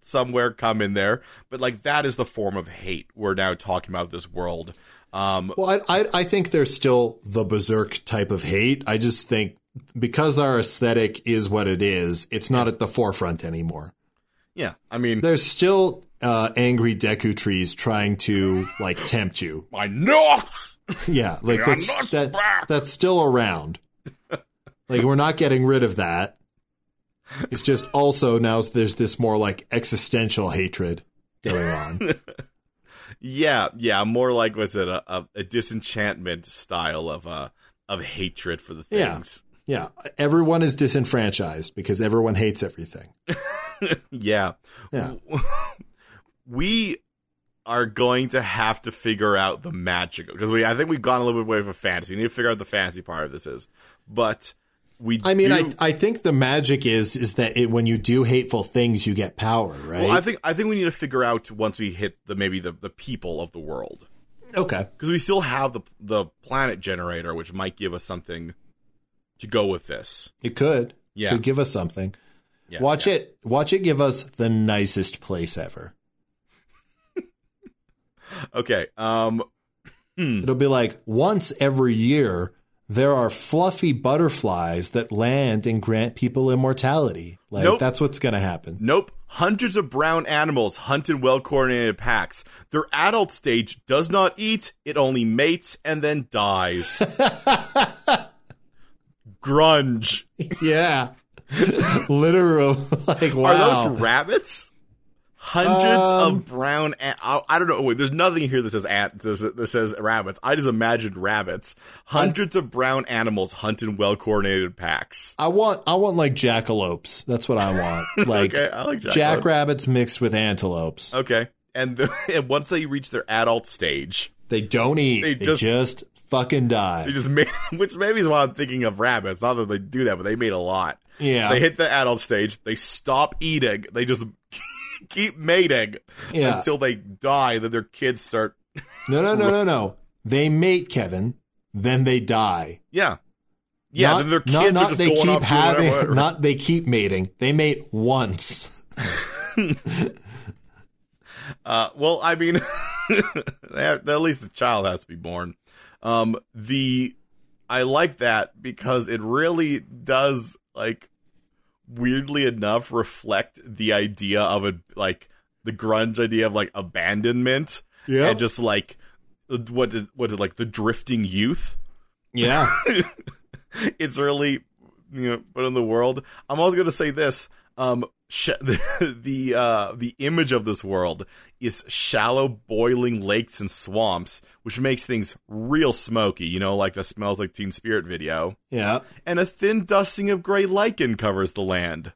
[SPEAKER 2] somewhere come in there, but like that is the form of hate we're now talking about this world. Um,
[SPEAKER 1] Well, I, I, I think there's still the berserk type of hate. I just think because our aesthetic is what it is, it's not at the forefront anymore.
[SPEAKER 2] yeah, I mean,
[SPEAKER 1] There's still uh, angry Deku trees trying to like tempt you.
[SPEAKER 2] my nuts.
[SPEAKER 1] Yeah, like
[SPEAKER 2] They are
[SPEAKER 1] that's
[SPEAKER 2] not
[SPEAKER 1] that,
[SPEAKER 2] black.
[SPEAKER 1] that's still around. Like we're not getting rid of that. It's just also now there's this more like existential hatred going on.
[SPEAKER 2] Yeah, yeah, more like what's it a, a, a disenchantment style of uh of hatred for the
[SPEAKER 1] Yeah.
[SPEAKER 2] things.
[SPEAKER 1] Yeah, everyone is disenfranchised because everyone hates everything.
[SPEAKER 2] Yeah.
[SPEAKER 1] Yeah.
[SPEAKER 2] we are going to have to figure out the magic because we I think we've gone a little bit away from fantasy. We need to figure out what the fantasy part of this is. But we
[SPEAKER 1] I mean,
[SPEAKER 2] do,
[SPEAKER 1] I, I think the magic is is that it, when you do hateful things, you get power, right?
[SPEAKER 2] well, I think I think we need to figure out once we hit the maybe the, the people of the world.
[SPEAKER 1] okay,
[SPEAKER 2] Because we still have the the planet generator, which might give us something to go with this.
[SPEAKER 1] it could.
[SPEAKER 2] Yeah.
[SPEAKER 1] could give us something.
[SPEAKER 2] Yeah,
[SPEAKER 1] Watch it. Watch it give us the nicest place ever.
[SPEAKER 2] Okay. Um. hmm.
[SPEAKER 1] It'll be like once every year, there are fluffy butterflies that land and grant people immortality. Like
[SPEAKER 2] Nope.
[SPEAKER 1] that's what's gonna happen.
[SPEAKER 2] Nope. Hundreds of brown animals hunt in well coordinated packs. Their adult stage does not eat, it only mates and then dies. Grunge.
[SPEAKER 1] yeah. Literal. Like wow. Um,
[SPEAKER 2] Are those rabbits? Hundreds of brown. An- I, I don't know. Wait, there's nothing here that says ant. That says- that says rabbits. I just imagined rabbits. Hundreds of brown animals hunt in well coordinated packs.
[SPEAKER 1] I want I want like jackalopes. That's what I want. Like
[SPEAKER 2] Okay, Oh. I like jackrabbits.
[SPEAKER 1] jackrabbits mixed with antelopes.
[SPEAKER 2] Okay, and the, and once they reach their adult stage,
[SPEAKER 1] They don't eat.
[SPEAKER 2] They
[SPEAKER 1] They,
[SPEAKER 2] just-
[SPEAKER 1] just, fucking die.
[SPEAKER 2] they just made, which maybe is why I'm thinking of rabbits. Not that they do that, but they made a lot.
[SPEAKER 1] yeah.
[SPEAKER 2] They hit the adult stage. They stop eating. They just keep mating
[SPEAKER 1] yeah.
[SPEAKER 2] until they die. Then their kids start.
[SPEAKER 1] no, no, no, no, no. They mate Kevin, then they die.
[SPEAKER 2] Yeah, yeah.
[SPEAKER 1] Not-
[SPEAKER 2] then their kids
[SPEAKER 1] not, not
[SPEAKER 2] are just
[SPEAKER 1] they
[SPEAKER 2] going
[SPEAKER 1] keep
[SPEAKER 2] off
[SPEAKER 1] having,
[SPEAKER 2] doing whatever.
[SPEAKER 1] not they keep mating. They mate once.
[SPEAKER 2] Uh, well, I mean, they have- at least the child has to be born. Um, the I like that because it really does like weirdly enough reflect the idea of a like the grunge idea of like abandonment
[SPEAKER 1] Yep.
[SPEAKER 2] and just like what is, what is it, like the drifting youth.
[SPEAKER 1] Yeah.
[SPEAKER 2] it's really you know but in the world i'm also going to say this um sh- the, the uh the image of this world is shallow boiling lakes and swamps which makes things real smoky you know like the smells like teen spirit video
[SPEAKER 1] Yeah.
[SPEAKER 2] and a thin dusting of gray lichen covers the land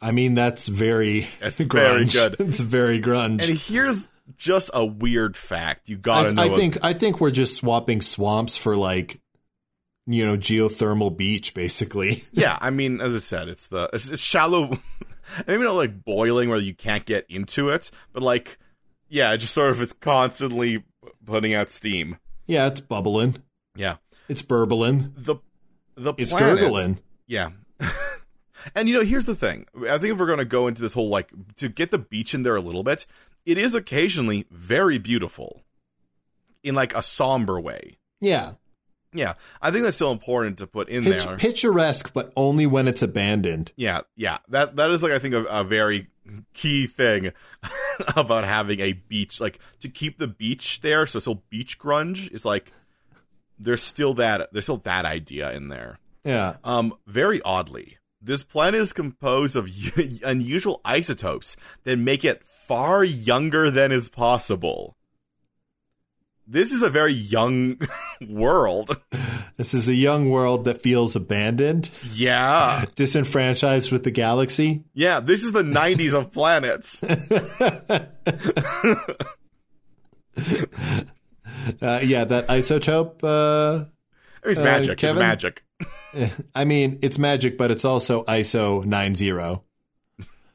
[SPEAKER 1] I mean, that's very
[SPEAKER 2] That's
[SPEAKER 1] grunge.
[SPEAKER 2] very good.
[SPEAKER 1] It's very grunge.
[SPEAKER 2] and here's just a weird fact you gotta know
[SPEAKER 1] I, I think I think we're just swapping swamps for like, you know, geothermal beach, basically.
[SPEAKER 2] yeah i mean as i said it's the it's, it's shallow maybe not like boiling where you can't get into it but like yeah just sort of it's constantly putting out steam
[SPEAKER 1] Yeah, it's bubbling.
[SPEAKER 2] yeah
[SPEAKER 1] It's burbling.
[SPEAKER 2] the the
[SPEAKER 1] It's
[SPEAKER 2] planet,
[SPEAKER 1] gurgling.
[SPEAKER 2] yeah and you know here's the thing i think if we're going to go into this whole like to get the beach in there a little bit it is occasionally very beautiful in like a somber way
[SPEAKER 1] Yeah.
[SPEAKER 2] yeah i think that's still important to put in
[SPEAKER 1] Pitch,
[SPEAKER 2] there
[SPEAKER 1] picturesque, but only when it's abandoned.
[SPEAKER 2] Yeah, yeah. That that is like I think a, a very key thing about having a beach, like to keep the beach there. So so beach grunge is like there's still that there's still that idea in there.
[SPEAKER 1] Yeah.
[SPEAKER 2] Um, very oddly, this planet is composed of u- unusual isotopes that make it far younger than is possible. This is a very young world.
[SPEAKER 1] This is a young world that feels abandoned,
[SPEAKER 2] Yeah.
[SPEAKER 1] disenfranchised with the galaxy.
[SPEAKER 2] Yeah, this is the 90s of planets.
[SPEAKER 1] Uh, yeah, that isotope. Uh,
[SPEAKER 2] I mean, it's
[SPEAKER 1] Uh,
[SPEAKER 2] magic.
[SPEAKER 1] Kevin?
[SPEAKER 2] It's magic.
[SPEAKER 1] I mean, it's magic, but it's also ISO 90.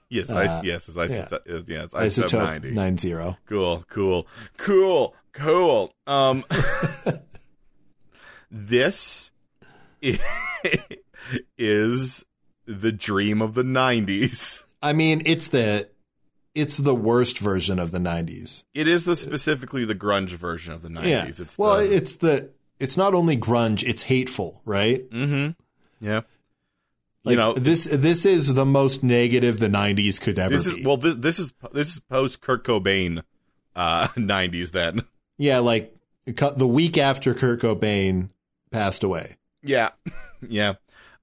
[SPEAKER 2] Yes,
[SPEAKER 1] Uh,
[SPEAKER 2] I, yes, it's isotope. Yeah, it's isotope,
[SPEAKER 1] Isotope
[SPEAKER 2] 90.
[SPEAKER 1] 90.
[SPEAKER 2] Cool, cool, cool, cool. Um, this i- is the dream of the '90s.
[SPEAKER 1] I mean, it's the it's the worst version of the 90s.
[SPEAKER 2] It is the specifically the grunge version of the '90s.
[SPEAKER 1] yeah.
[SPEAKER 2] It's
[SPEAKER 1] well,
[SPEAKER 2] the,
[SPEAKER 1] it's the it's not only grunge, it's hateful, right?
[SPEAKER 2] hmm yeah.
[SPEAKER 1] Like,
[SPEAKER 2] you know,
[SPEAKER 1] this this is the most negative the 90s could ever
[SPEAKER 2] this
[SPEAKER 1] be.
[SPEAKER 2] is well. This this is this is post Kurt Cobain uh, '90s. Then,
[SPEAKER 1] yeah, like cu- the week after Kurt Cobain passed away.
[SPEAKER 2] yeah, yeah.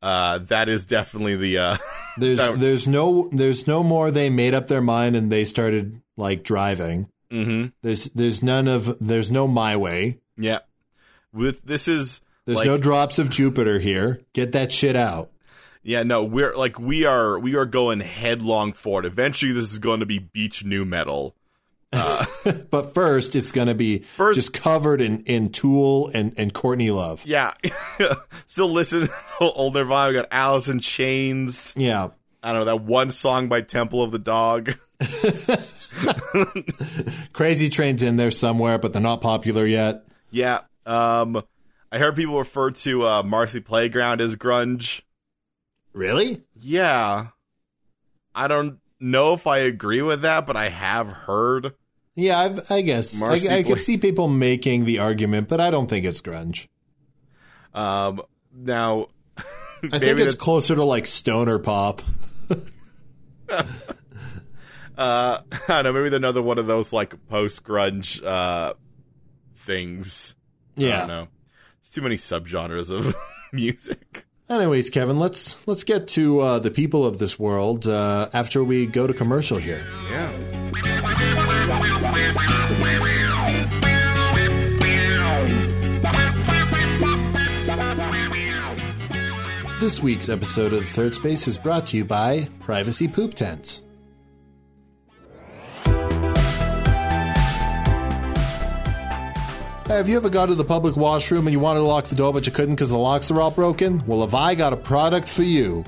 [SPEAKER 2] Uh, that is definitely the uh,
[SPEAKER 1] There's
[SPEAKER 2] That-
[SPEAKER 1] there's no there's no more they made up their mind and they started like driving.
[SPEAKER 2] hmm
[SPEAKER 1] There's there's none of there's no my way.
[SPEAKER 2] Yeah. With this is
[SPEAKER 1] There's
[SPEAKER 2] Like-
[SPEAKER 1] no drops of Jupiter here. Get that shit out.
[SPEAKER 2] yeah, no, we're like we are we are going headlong forward. Eventually this is going to be beach new metal.
[SPEAKER 1] But first it's gonna be
[SPEAKER 2] First-
[SPEAKER 1] just covered in, in Tool and, and Courtney Love.
[SPEAKER 2] Yeah. Still listen to old Nirvana. We got Alice in Chains.
[SPEAKER 1] Yeah.
[SPEAKER 2] I don't know, that one song by Temple of the Dog.
[SPEAKER 1] Crazy Train's in there somewhere, but they're not popular yet.
[SPEAKER 2] Yeah. Um I heard people refer to uh Marcy Playground as grunge.
[SPEAKER 1] Really?
[SPEAKER 2] Yeah. I don't know if I agree with that, but I have heard
[SPEAKER 1] Yeah, I've, I guess
[SPEAKER 2] Marcy
[SPEAKER 1] I, I
[SPEAKER 2] Blake.
[SPEAKER 1] could see people making the argument, but I don't think it's grunge.
[SPEAKER 2] Um, now,
[SPEAKER 1] I think
[SPEAKER 2] Maybe
[SPEAKER 1] it's
[SPEAKER 2] that's-
[SPEAKER 1] closer to like stoner pop.
[SPEAKER 2] uh, I don't know, maybe they're another one of those like post grunge uh things. I
[SPEAKER 1] Yeah.
[SPEAKER 2] don't know. It's too many subgenres of music.
[SPEAKER 1] Anyways, Kevin, let's let's get to uh, the people of this world uh, after we go to commercial here.
[SPEAKER 2] Yeah.
[SPEAKER 1] This week's episode of the Third Space is brought to you by Privacy Poop Tents. Hey, have you ever gone to the public washroom and you wanted to lock the door but you couldn't because the locks are all broken? Well, have I got a product for you?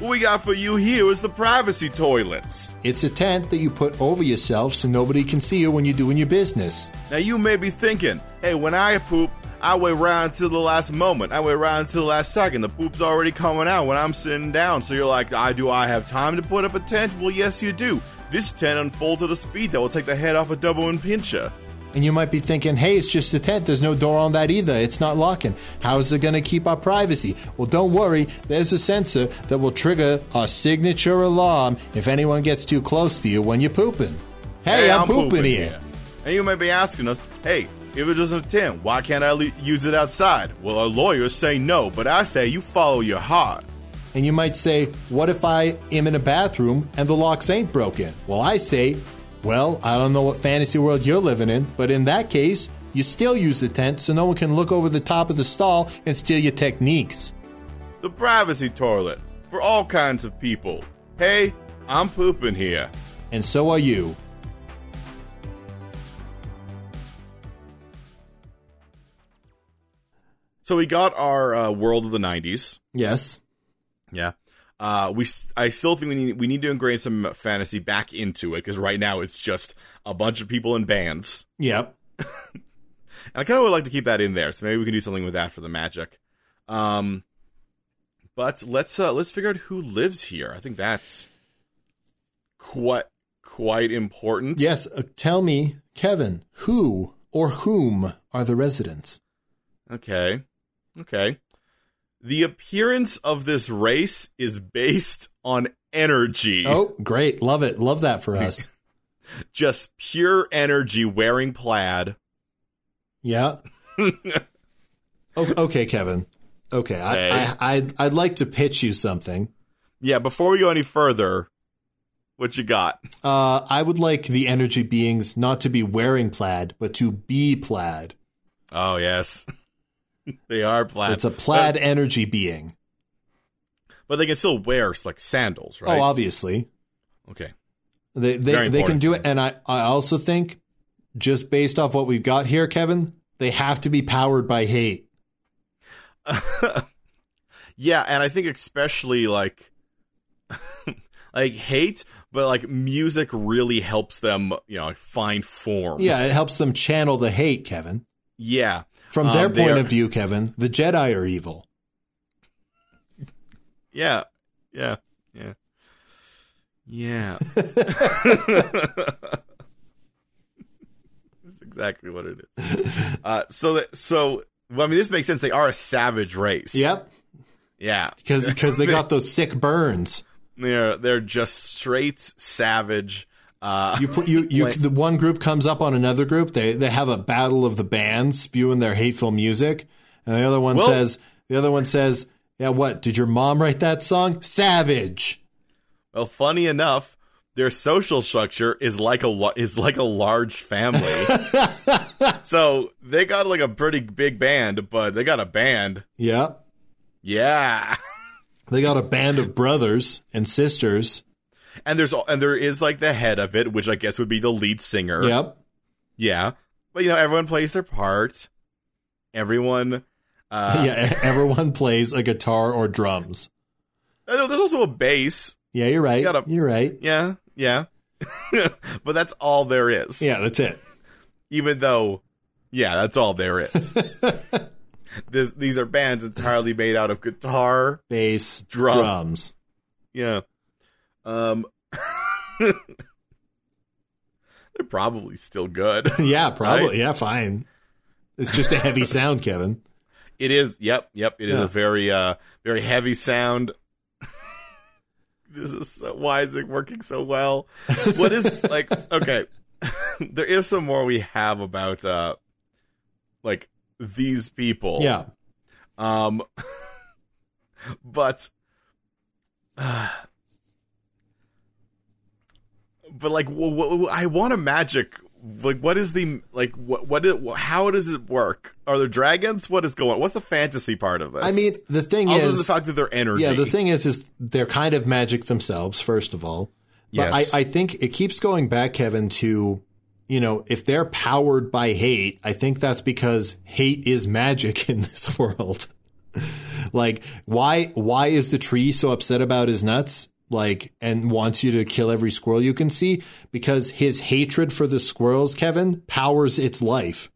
[SPEAKER 2] What we got for you here is the privacy toilets.
[SPEAKER 1] It's a tent that you put over yourself so nobody can see you when you're doing your business.
[SPEAKER 2] Now you may be thinking, hey, when I poop, I wait right until the last moment. I wait right until the last second. The poop's already coming out when I'm sitting down. So you're like, I do I have time to put up a tent? Well, yes, you do. This tent unfolds at a speed that will take the head off a double and pincher.
[SPEAKER 1] And you might be thinking, hey, it's just a tent. There's no door on that either. It's not locking. How's it going to keep our privacy? Well, don't worry. There's a sensor that will trigger a signature alarm if anyone gets too close to you when you're pooping. Hey, I'm, pooping, here.
[SPEAKER 2] And you may be asking us, hey, if it's just a tent, why can't I le- use it outside? Well, our lawyers say no, but I say you follow your heart.
[SPEAKER 1] And you might say, what if I am in a bathroom and the locks ain't broken? Well, I say, well, I don't know what fantasy world you're living in, but in that case, you still use the tent so no one can look over the top of the stall and steal your techniques.
[SPEAKER 2] The privacy toilet for all kinds of people. Hey, I'm pooping here.
[SPEAKER 1] And so are you.
[SPEAKER 2] So we got our uh, world of the '90s.
[SPEAKER 1] Yes.
[SPEAKER 2] Yeah. Uh, we s- I still think we need we need to ingrain some fantasy back into it because right now it's just a bunch of people in bands,
[SPEAKER 1] Yep.
[SPEAKER 2] and I kind of would like to keep that in there. So maybe we can do something with that for the magic. Um, but let's uh, let's figure out who lives here. I think that's quite quite important.
[SPEAKER 1] Yes, uh, tell me, Kevin, who or whom are the residents?
[SPEAKER 2] Okay. Okay. The appearance of this race is based on energy.
[SPEAKER 1] Oh, great. Love it. Love that for us.
[SPEAKER 2] just pure energy wearing plaid.
[SPEAKER 1] Yeah. O- okay, Kevin. Okay.
[SPEAKER 2] Hey.
[SPEAKER 1] I, I, I'd, I'd like to pitch you something.
[SPEAKER 2] Yeah, before we go any further, what you got?
[SPEAKER 1] Uh, I would like the energy beings not to be wearing plaid, but to be plaid.
[SPEAKER 2] Oh, yes. they are plaid.
[SPEAKER 1] It's a plaid energy being.
[SPEAKER 2] But, but they can still wear like sandals, right?
[SPEAKER 1] Oh, obviously.
[SPEAKER 2] okay.
[SPEAKER 1] They, they,
[SPEAKER 2] Very
[SPEAKER 1] they can
[SPEAKER 2] important.
[SPEAKER 1] do it. And I, I also think, just based off what we've got here, Kevin, they have to be powered by hate.
[SPEAKER 2] Yeah, and I think especially like like hate, but like music really helps them, you know, find form.
[SPEAKER 1] Yeah, it helps them channel the hate, Kevin.
[SPEAKER 2] Yeah.
[SPEAKER 1] From
[SPEAKER 2] Um,
[SPEAKER 1] their
[SPEAKER 2] they
[SPEAKER 1] point
[SPEAKER 2] are-
[SPEAKER 1] of view, Kevin, the Jedi are evil.
[SPEAKER 2] Yeah. Yeah. Yeah. Yeah. That's exactly what it is. Uh, so that so well, I mean this makes sense. They are a savage race.
[SPEAKER 1] Yep,
[SPEAKER 2] Yeah.
[SPEAKER 1] because they got those sick burns.
[SPEAKER 2] They're they're just straight savage. Uh
[SPEAKER 1] You pl- you you
[SPEAKER 2] Like-
[SPEAKER 1] the one group comes up on another group. They they have a battle of the bands spewing their hateful music, and the other one
[SPEAKER 2] Well-
[SPEAKER 1] says the other one says, "Yeah, what did your mom write that song? Savage."
[SPEAKER 2] well funny enough, their social structure is like a lo- is like a large family. so they got like a pretty big band, but they got a band.
[SPEAKER 1] Yep,
[SPEAKER 2] Yeah.
[SPEAKER 1] they got a band of brothers and sisters.
[SPEAKER 2] And there's al- and there is like the head of it, which I guess would be the lead singer.
[SPEAKER 1] Yep,
[SPEAKER 2] Yeah. But you know, everyone plays their part. Everyone. Uh,
[SPEAKER 1] yeah, everyone plays a guitar or drums.
[SPEAKER 2] I know There's also a bass.
[SPEAKER 1] Yeah, you're right.
[SPEAKER 2] Gotta-
[SPEAKER 1] you're right.
[SPEAKER 2] Yeah. Yeah. but that's all there is.
[SPEAKER 1] Yeah, that's it.
[SPEAKER 2] Even though, yeah, that's all there is. this, these are bands entirely made out of guitar.
[SPEAKER 1] bass,
[SPEAKER 2] Drum.
[SPEAKER 1] drums.
[SPEAKER 2] Yeah. Um. They're probably still good.
[SPEAKER 1] yeah, probably.
[SPEAKER 2] Right?
[SPEAKER 1] Yeah, fine. It's just a heavy sound, Kevin.
[SPEAKER 2] It is. Yep. Yep. It is
[SPEAKER 1] Yeah.
[SPEAKER 2] a very, uh, very heavy sound. this is so, why is it working so well? What is like? Okay, there is some more we have about, uh, like these people.
[SPEAKER 1] Yeah.
[SPEAKER 2] Um, but, but like, wh- wh- I want a magic. Like, what is the like? What what? Is, how does it work? Are there dragons? What is going? on? What's the fantasy part of this?
[SPEAKER 1] I mean, the thing
[SPEAKER 2] other than the
[SPEAKER 1] is,
[SPEAKER 2] fact that they're energy.
[SPEAKER 1] yeah, the thing is, is they're kind of magic themselves, first of all. But
[SPEAKER 2] Yes.
[SPEAKER 1] I, I think it keeps going back, Kevin, to, you know, if they're powered by hate, I think that's because hate is magic in this world. like, why why is the tree so upset about his nuts? Like, and wants you to kill every squirrel you can see? Because his hatred for the squirrels, Kevin, powers its life.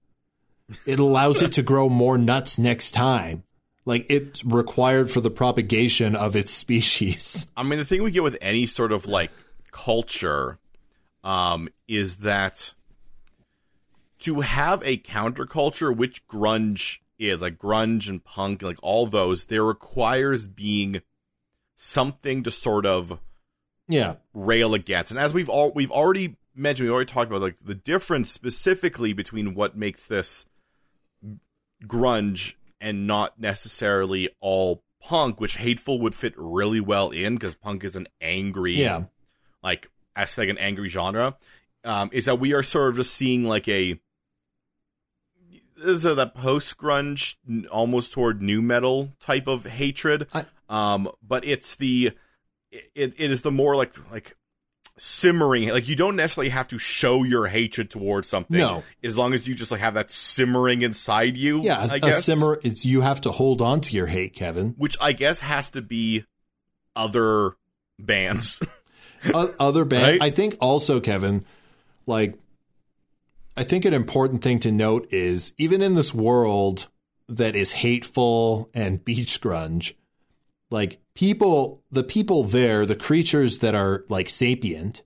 [SPEAKER 1] It allows it to grow more nuts next time. Like it's required for the propagation of its species.
[SPEAKER 2] I mean, the thing we get with any sort of like culture um, is that to have a counterculture, which grunge is like grunge and punk, like all those, there requires being something to sort of
[SPEAKER 1] Yeah.
[SPEAKER 2] rail against. And as we've all we've already mentioned, we've already talked about like the difference specifically between what makes this grunge and not necessarily all punk, which hateful would fit really well in because punk is an angry
[SPEAKER 1] Yeah.
[SPEAKER 2] like aesthetic and angry genre, um, is that we are sort of just seeing like a is that post grunge n- almost toward new metal type of hatred,
[SPEAKER 1] I-
[SPEAKER 2] um, but it's the it, it is the more like like simmering like you don't necessarily have to show your hatred towards something
[SPEAKER 1] No.
[SPEAKER 2] as long as you just like have that simmering inside you
[SPEAKER 1] Yeah.
[SPEAKER 2] I
[SPEAKER 1] A, a
[SPEAKER 2] guess
[SPEAKER 1] simmer it's you have to hold on to your hate, Kevin.
[SPEAKER 2] which i guess has to be other bands
[SPEAKER 1] O- other band
[SPEAKER 2] Right?
[SPEAKER 1] I think also, Kevin, like I think an important thing to note is even in this world that is hateful and beach grunge, like people the people there, the creatures that are like sapient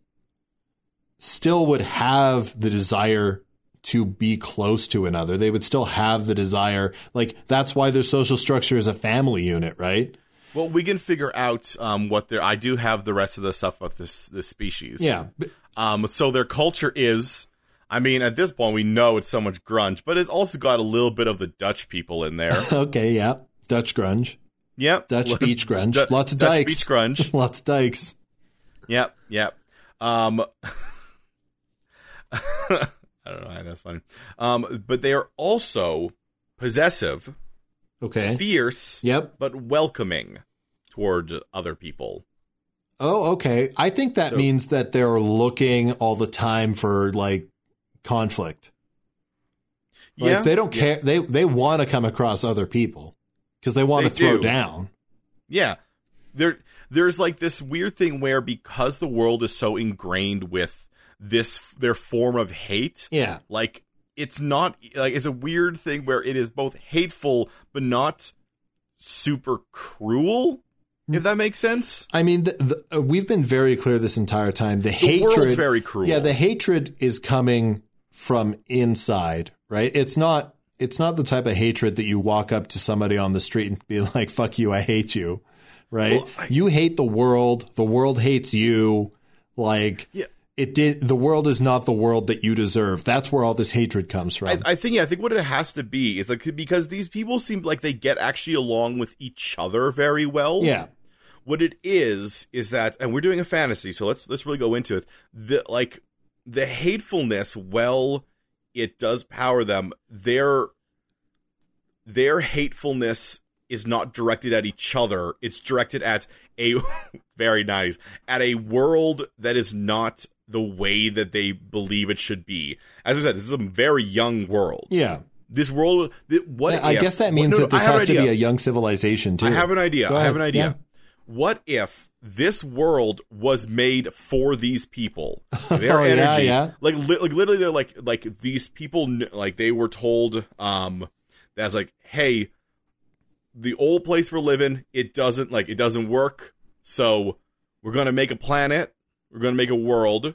[SPEAKER 1] still would have the desire to be close to another. They would still have the desire. Like that's why their social structure is a family unit, right?
[SPEAKER 2] Well, we can figure out um, what their. I do have the rest of the stuff about this this species.
[SPEAKER 1] Yeah.
[SPEAKER 2] Um. So their culture is. I mean, at this point, we know it's so much grunge, but it's also got a little bit of the Dutch people in there.
[SPEAKER 1] Okay, yeah. Dutch grunge.
[SPEAKER 2] yep.
[SPEAKER 1] Dutch beach grunge.
[SPEAKER 2] Du-
[SPEAKER 1] Lots of
[SPEAKER 2] Dutch
[SPEAKER 1] dykes.
[SPEAKER 2] beach grunge.
[SPEAKER 1] Lots of dykes.
[SPEAKER 2] Yep. Yep. Um. I don't know. why That's funny. Um. But they are also possessive,
[SPEAKER 1] Okay.
[SPEAKER 2] fierce,
[SPEAKER 1] Yep.
[SPEAKER 2] but welcoming toward other people.
[SPEAKER 1] Oh, okay. I think that
[SPEAKER 2] So-
[SPEAKER 1] means that they're looking all the time for like conflict. Like they don't
[SPEAKER 2] Yeah.
[SPEAKER 1] care. They they want to come across other people because they want to
[SPEAKER 2] They
[SPEAKER 1] throw
[SPEAKER 2] do.
[SPEAKER 1] down.
[SPEAKER 2] Yeah. There there's like this weird thing where because the world is so ingrained with this their form of hate,
[SPEAKER 1] Yeah.
[SPEAKER 2] like it's not like it's a weird thing where it is both hateful but not super cruel, if that makes sense.
[SPEAKER 1] I mean, the, the, uh, we've been very clear this entire time. The,
[SPEAKER 2] The world's
[SPEAKER 1] hatred.
[SPEAKER 2] very cruel.
[SPEAKER 1] Yeah, the hatred is coming from inside, right? It's not it's not the type of hatred that you walk up to somebody on the street and be like, "Fuck you, I hate you." Right?
[SPEAKER 2] Well, I-
[SPEAKER 1] you hate the world, the world hates you. Like
[SPEAKER 2] Yeah.
[SPEAKER 1] it did the world is not the world that you deserve. That's where all this hatred comes from.
[SPEAKER 2] I, I think yeah, I think what it has to be is like because these people seem like they get actually along with each other very well.
[SPEAKER 1] yeah.
[SPEAKER 2] what it is is that and we're doing a fantasy so let's let's really go into it the like the hatefulness well it does power them their their hatefulness is not directed at each other it's directed at a very nice at a world that is not the way that they believe it should be as i said this is a very young world
[SPEAKER 1] Yeah.
[SPEAKER 2] this world th- what
[SPEAKER 1] I
[SPEAKER 2] if-
[SPEAKER 1] guess that
[SPEAKER 2] what-
[SPEAKER 1] means
[SPEAKER 2] no, no,
[SPEAKER 1] that this
[SPEAKER 2] I have an
[SPEAKER 1] has to
[SPEAKER 2] idea.
[SPEAKER 1] be a young civilization too.
[SPEAKER 2] I have an idea.
[SPEAKER 1] Go
[SPEAKER 2] I
[SPEAKER 1] ahead.
[SPEAKER 2] have an idea. What if this world was made for these people? Their
[SPEAKER 1] Oh, yeah,
[SPEAKER 2] energy,
[SPEAKER 1] yeah.
[SPEAKER 2] like li- like literally, they're like like these people, kn- like they were told, um, that's like, hey, the old place we're living, it doesn't like it doesn't work. So we're gonna make a planet. We're gonna make a world.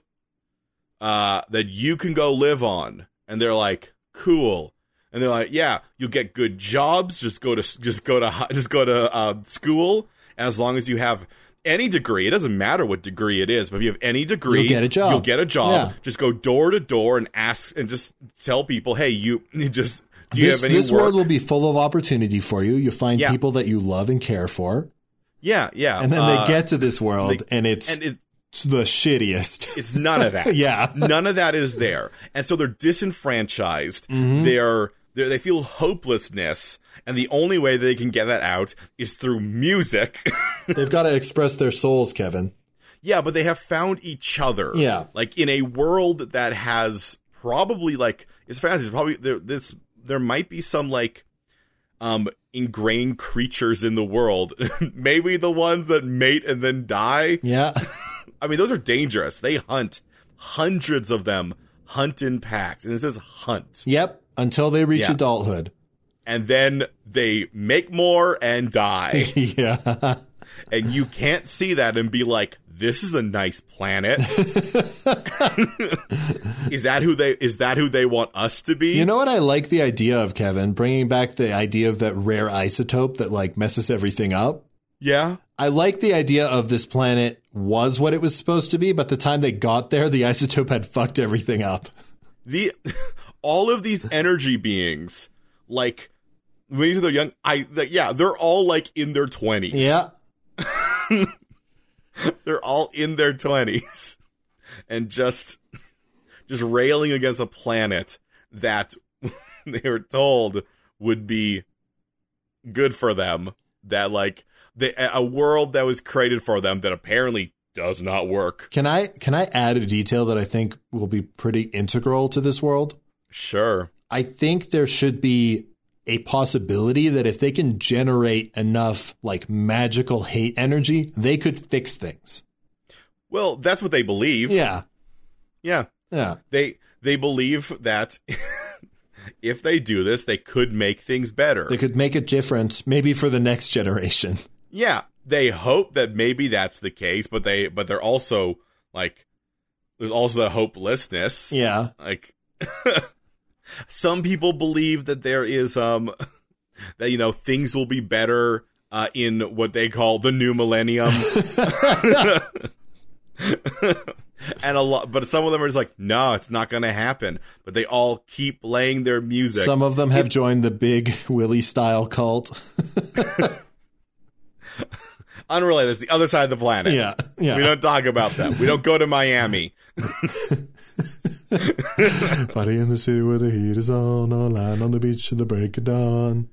[SPEAKER 2] uh, that you can go live on. And they're like, cool. And they're like, yeah, you'll get good jobs. Just go to just go to hi- just go to uh, school as long as you have any degree. It doesn't matter what degree it is, but if you have any degree,
[SPEAKER 1] You'll get a job.
[SPEAKER 2] You'll get a job.
[SPEAKER 1] Yeah.
[SPEAKER 2] Just go door to door and ask and just tell people, hey, you just do you
[SPEAKER 1] this
[SPEAKER 2] have any
[SPEAKER 1] this
[SPEAKER 2] work?
[SPEAKER 1] world will be full of opportunity for you. You find
[SPEAKER 2] Yeah.
[SPEAKER 1] people that you love and care for,
[SPEAKER 2] yeah, yeah.
[SPEAKER 1] and then
[SPEAKER 2] Uh,
[SPEAKER 1] they get to this world,
[SPEAKER 2] they-
[SPEAKER 1] and it's
[SPEAKER 2] and it,
[SPEAKER 1] the shittiest.
[SPEAKER 2] it's none of that.
[SPEAKER 1] yeah,
[SPEAKER 2] none of that is there and so they're disenfranchised
[SPEAKER 1] Mm-hmm.
[SPEAKER 2] they're, they're they feel hopelessness and the only way they can get that out is through music
[SPEAKER 1] they've got to express their souls, Kevin.
[SPEAKER 2] yeah but they have found each other
[SPEAKER 1] Yeah.
[SPEAKER 2] like in a world that has probably like it's fantasy probably there this there might be some like um ingrained creatures in the world maybe the ones that mate and then die
[SPEAKER 1] Yeah,
[SPEAKER 2] I mean, those are dangerous. They hunt. Hundreds of them hunt in packs. And it says hunt.
[SPEAKER 1] yep. Until they reach
[SPEAKER 2] Yeah.
[SPEAKER 1] adulthood.
[SPEAKER 2] And then they make more and die.
[SPEAKER 1] yeah,
[SPEAKER 2] and you can't see that and be like, this is a nice planet. is that who they is that who they want us to be?
[SPEAKER 1] you know what I like the idea of Kevin bringing back the idea of that rare isotope that like messes everything up.
[SPEAKER 2] yeah.
[SPEAKER 1] I like the idea of this planet was what it was supposed to be, but the time they got there, the isotope had fucked everything up.
[SPEAKER 2] the all of these energy beings like when you say they're young i like, yeah they're all like in their 20s
[SPEAKER 1] Yeah.
[SPEAKER 2] they're all in their 20s and just just railing against a planet that they were told would be good for them that like they, a a world that was created for them that apparently does not work
[SPEAKER 1] Can I can I add a detail that I think will be pretty integral to this world?
[SPEAKER 2] sure
[SPEAKER 1] I think there should be a possibility that if they can generate enough like magical hate energy, they could fix things.
[SPEAKER 2] well that's what they believe
[SPEAKER 1] Yeah.
[SPEAKER 2] yeah.
[SPEAKER 1] Yeah.
[SPEAKER 2] they they believe that if they do this, they could make things better.
[SPEAKER 1] They could make a difference maybe for the next generation.
[SPEAKER 2] yeah, they hope that maybe that's the case, but they but they're also like there's also the hopelessness.
[SPEAKER 1] Yeah.
[SPEAKER 2] Like some people believe that there is um that you know things will be better uh, in what they call the new millennium. and a lot but some of them are just like no it's not going to happen but they all keep playing their music
[SPEAKER 1] Some of them have joined the big Willie style cult.
[SPEAKER 2] unrelated it's the other side of the planet
[SPEAKER 1] yeah. Yeah.
[SPEAKER 2] we don't talk about them we don't go to miami
[SPEAKER 1] Party in the city where the heat is on, online on the beach to the break of dawn.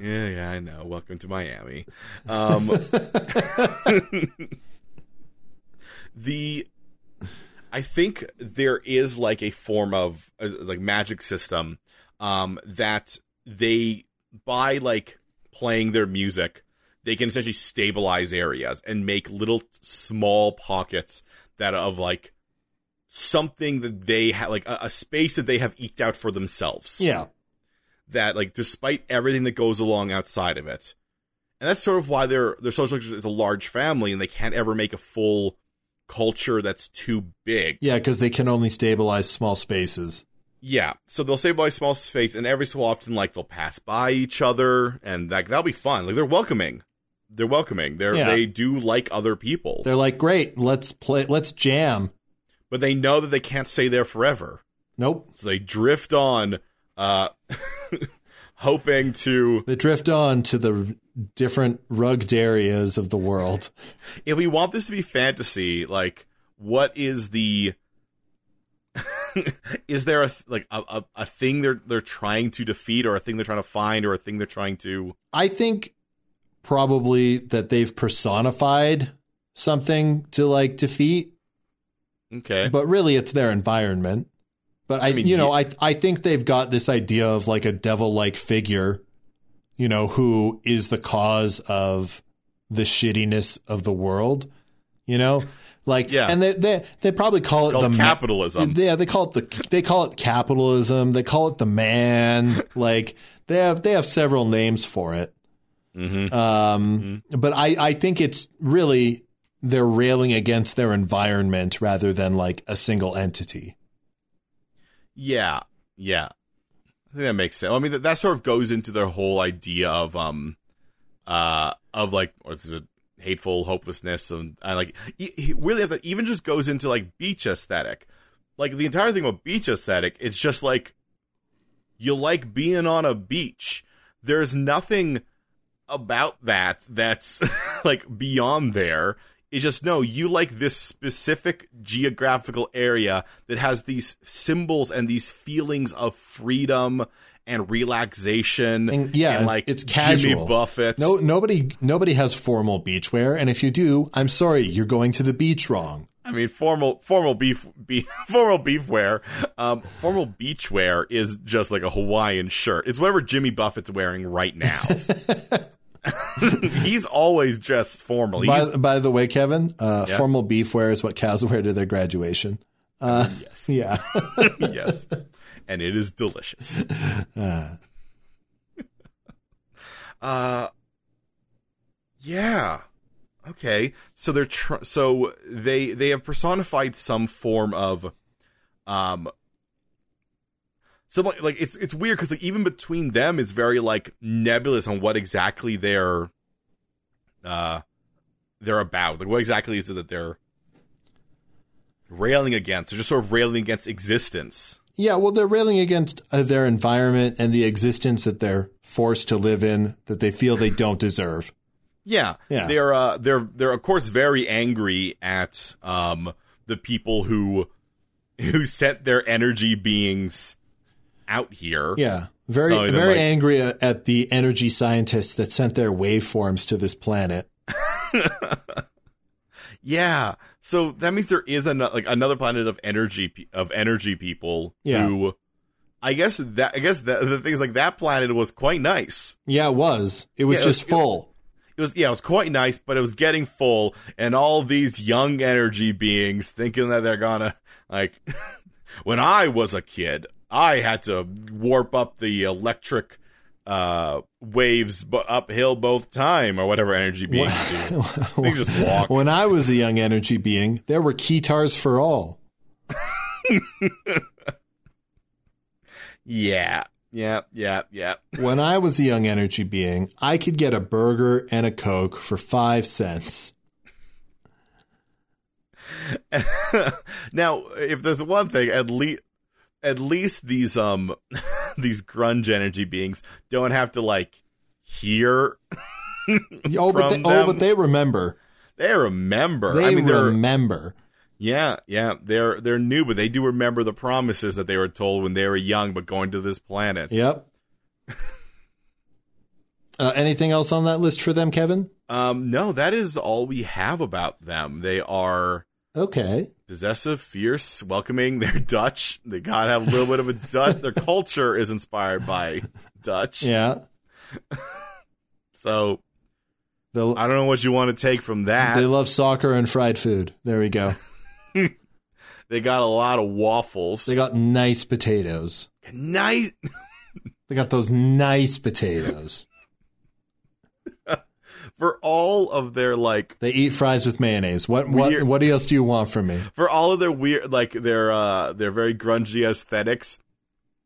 [SPEAKER 2] yeah yeah i know welcome to miami um the i think there is like a form of uh, like magic system um that they by like playing their music they can essentially stabilize areas and make little small pockets that of like something that they have like a, a space that they have eked out for themselves
[SPEAKER 1] Yeah.
[SPEAKER 2] that like despite everything that goes along outside of it and that's sort of why their their social structure is a large family and they can't ever make a full culture that's too big
[SPEAKER 1] Yeah, because they can only stabilize small spaces.
[SPEAKER 2] yeah so they'll say by small space and every so often like they'll pass by each other and like that'll be fun like they're welcoming they're welcoming they're
[SPEAKER 1] Yeah.
[SPEAKER 2] they do like other people
[SPEAKER 1] They're like, great, let's play, let's jam.
[SPEAKER 2] but they know that they can't stay there forever
[SPEAKER 1] Nope.
[SPEAKER 2] so they drift on uh hoping to
[SPEAKER 1] They drift on to the different rugged areas of the world.
[SPEAKER 2] if we want this to be fantasy, like what is the is there a th- like a, a, a thing they're they're trying to defeat or a thing they're trying to find or a thing they're trying to
[SPEAKER 1] I think probably that they've personified something to like defeat,
[SPEAKER 2] okay
[SPEAKER 1] but really it's their environment. But I,
[SPEAKER 2] mean,
[SPEAKER 1] you know,
[SPEAKER 2] you-
[SPEAKER 1] I I think they've got this idea of like a devil-like figure, you know, who is the cause of the shittiness of the world, you know, like
[SPEAKER 2] Yeah.
[SPEAKER 1] and they they they probably call it
[SPEAKER 2] called
[SPEAKER 1] the ma-
[SPEAKER 2] capitalism
[SPEAKER 1] yeah, they call it the they call it capitalism. They call it the man. like they have they have several names for it.
[SPEAKER 2] Mhm.
[SPEAKER 1] Um, But I I think it's really they're railing against their environment rather than like a single entity.
[SPEAKER 2] Yeah, yeah. I think that makes sense. I mean, that, that sort of goes into their whole idea of um, uh, of like what's it, hateful hopelessness and, and like e- e- weirdly enough, that even just goes into like beach aesthetic. Like the entire thing about beach aesthetic, it's just like you like being on a beach. There's nothing about that that's like beyond there. It's just no, you like this specific geographical area that has these symbols and these feelings of freedom and relaxation.
[SPEAKER 1] And, yeah,
[SPEAKER 2] and, like
[SPEAKER 1] it's casual.
[SPEAKER 2] Jimmy Buffett.
[SPEAKER 1] No, nobody, nobody has formal beachwear, and if you do, I'm sorry, you're going to the beach wrong.
[SPEAKER 2] I mean, formal formal beef, beef formal beefwear, um, formal beachwear is just like a Hawaiian shirt. It's whatever Jimmy Buffett's wearing right now. He's always dressed formally.
[SPEAKER 1] By, by the way, Kevin, uh, formal beefwear is what cows wear to their graduation. Uh,
[SPEAKER 2] yes,
[SPEAKER 1] yeah,
[SPEAKER 2] yes, and it is delicious. Uh, yeah. Okay. So they're tr- so they they have personified some form of, um. Some like, like it's it's weird because like even between them it's very like nebulous on what exactly they're, uh, they're about like what exactly is it that they're railing against? They're just sort of railing against existence.
[SPEAKER 1] yeah. Well, they're railing against uh, their environment and the existence that they're forced to live in that they feel they don't deserve.
[SPEAKER 2] Yeah,
[SPEAKER 1] Yeah.
[SPEAKER 2] They're uh, they're they're of course very angry at um the people who who sent their energy beings out here.
[SPEAKER 1] Yeah, very,
[SPEAKER 2] Oh, they're
[SPEAKER 1] very
[SPEAKER 2] like-
[SPEAKER 1] angry a- at the energy scientists that sent their waveforms to this planet.
[SPEAKER 2] Yeah. So that means there is another like another planet of energy pe- of energy people
[SPEAKER 1] Yeah.
[SPEAKER 2] who I guess that I guess that, the things like that planet was quite nice.
[SPEAKER 1] Yeah, it was. It was
[SPEAKER 2] Yeah, it was-
[SPEAKER 1] just full.
[SPEAKER 2] It was yeah, it was quite nice, but it was getting full, and all these young energy beings thinking that they're gonna like. when I was a kid, I had to warp up the electric uh waves bu- uphill both time or whatever energy beings do. They just walk.
[SPEAKER 1] When I was a young energy being, there were keytars for all.
[SPEAKER 2] Yeah, yeah, yeah, yeah.
[SPEAKER 1] When I was a young energy being, I could get a burger and a Coke for five cents.
[SPEAKER 2] now, if there's one thing, at least at least these um these grunge energy beings don't have to like hear
[SPEAKER 1] Oh, but they,
[SPEAKER 2] From
[SPEAKER 1] oh,
[SPEAKER 2] them.
[SPEAKER 1] but they remember.
[SPEAKER 2] They remember.
[SPEAKER 1] They
[SPEAKER 2] I mean, they're
[SPEAKER 1] remember.
[SPEAKER 2] yeah, yeah. They're they're new, but they do remember the promises that they were told when they were young, but going to this planet.
[SPEAKER 1] Yep. uh, anything else on that list for them, Kevin?
[SPEAKER 2] Um, no, that is all we have about them. They are
[SPEAKER 1] Okay.
[SPEAKER 2] possessive, fierce, welcoming. They're Dutch. They gotta have a little bit of a Dutch. Their culture is inspired by Dutch.
[SPEAKER 1] Yeah.
[SPEAKER 2] So
[SPEAKER 1] They'll-
[SPEAKER 2] I don't know what you want to take from that.
[SPEAKER 1] they
[SPEAKER 2] They,
[SPEAKER 1] love soccer and fried food. There we go.
[SPEAKER 2] got a lot of waffles.
[SPEAKER 1] They got nice potatoes.
[SPEAKER 2] nice.
[SPEAKER 1] They got those nice potatoes.
[SPEAKER 2] For all of their like
[SPEAKER 1] They eat fries with mayonnaise. What what
[SPEAKER 2] Weird.
[SPEAKER 1] what else do you want from me?
[SPEAKER 2] for all of their weird like their uh their very grungy aesthetics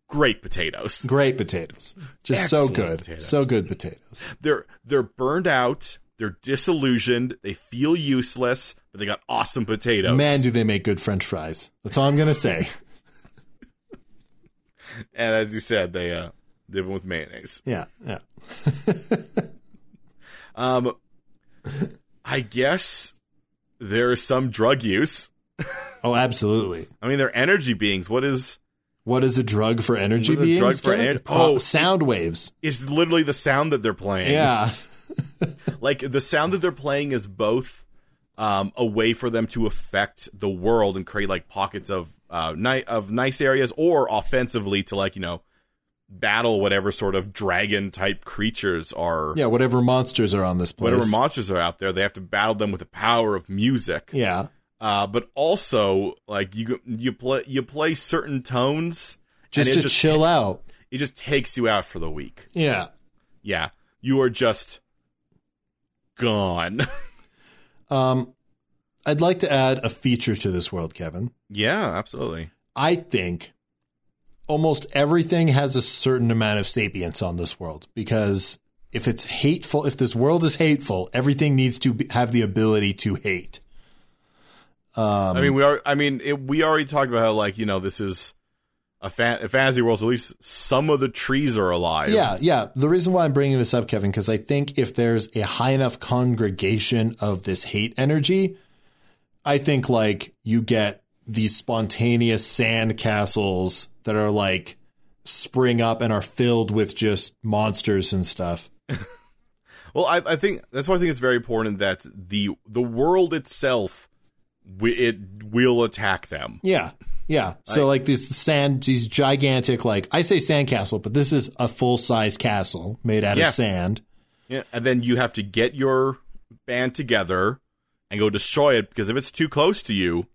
[SPEAKER 2] great potatoes
[SPEAKER 1] Great potatoes. Just so
[SPEAKER 2] Excellent
[SPEAKER 1] good.
[SPEAKER 2] potatoes.
[SPEAKER 1] So good potatoes.
[SPEAKER 2] they're they're burned out they're disillusioned they feel useless but they got awesome potatoes
[SPEAKER 1] Man, do they make good french fries. That's all I'm going to say.
[SPEAKER 2] and as you said they uh live with mayonnaise
[SPEAKER 1] Yeah. Yeah.
[SPEAKER 2] um i guess there is some drug use
[SPEAKER 1] Oh, absolutely.
[SPEAKER 2] i mean they're energy beings what is
[SPEAKER 1] What is a drug for energy
[SPEAKER 2] What is
[SPEAKER 1] beings?
[SPEAKER 2] a drug for
[SPEAKER 1] Kevin?
[SPEAKER 2] ener-
[SPEAKER 1] Pro-
[SPEAKER 2] Oh,
[SPEAKER 1] sound waves.
[SPEAKER 2] is literally the sound that they're playing
[SPEAKER 1] Yeah.
[SPEAKER 2] like the sound that they're playing is both um, a way for them to affect the world and create like pockets of uh, ni- of nice areas, or offensively to like you know battle whatever sort of dragon type creatures are
[SPEAKER 1] Yeah, whatever monsters are on this place.
[SPEAKER 2] whatever monsters are out there. They have to battle them with the power of music.
[SPEAKER 1] yeah.
[SPEAKER 2] Uh, but also like you you play you play certain tones
[SPEAKER 1] Just
[SPEAKER 2] and
[SPEAKER 1] to
[SPEAKER 2] it just
[SPEAKER 1] chill out.
[SPEAKER 2] it just takes you out for the week.
[SPEAKER 1] Yeah.
[SPEAKER 2] Yeah, you are just gone.
[SPEAKER 1] Um I'd like to add a feature to this world, Kevin.
[SPEAKER 2] yeah, absolutely.
[SPEAKER 1] I think almost everything has a certain amount of sapience on this world because if it's hateful, if this world is hateful, everything needs to be, have the ability to hate. Um,
[SPEAKER 2] I mean, we are. I mean, it, we already talked about how, like, you know, this is a, fan, a fantasy world. So at least some of the trees are alive.
[SPEAKER 1] yeah, yeah. The reason why I'm bringing this up, Kevin, because I think if there's a high enough congregation of this hate energy, I think like you get these spontaneous sand castles that are like spring up and are filled with just monsters and stuff.
[SPEAKER 2] Well, I, I think that's why I think it's very important that the the world itself, wi- it will attack them.
[SPEAKER 1] Yeah. Yeah. So like these sand these gigantic like I say sand castle, but this is a full size castle made out
[SPEAKER 2] Yeah.
[SPEAKER 1] of sand.
[SPEAKER 2] Yeah, and then you have to get your band together and go destroy it because if it's too close to you,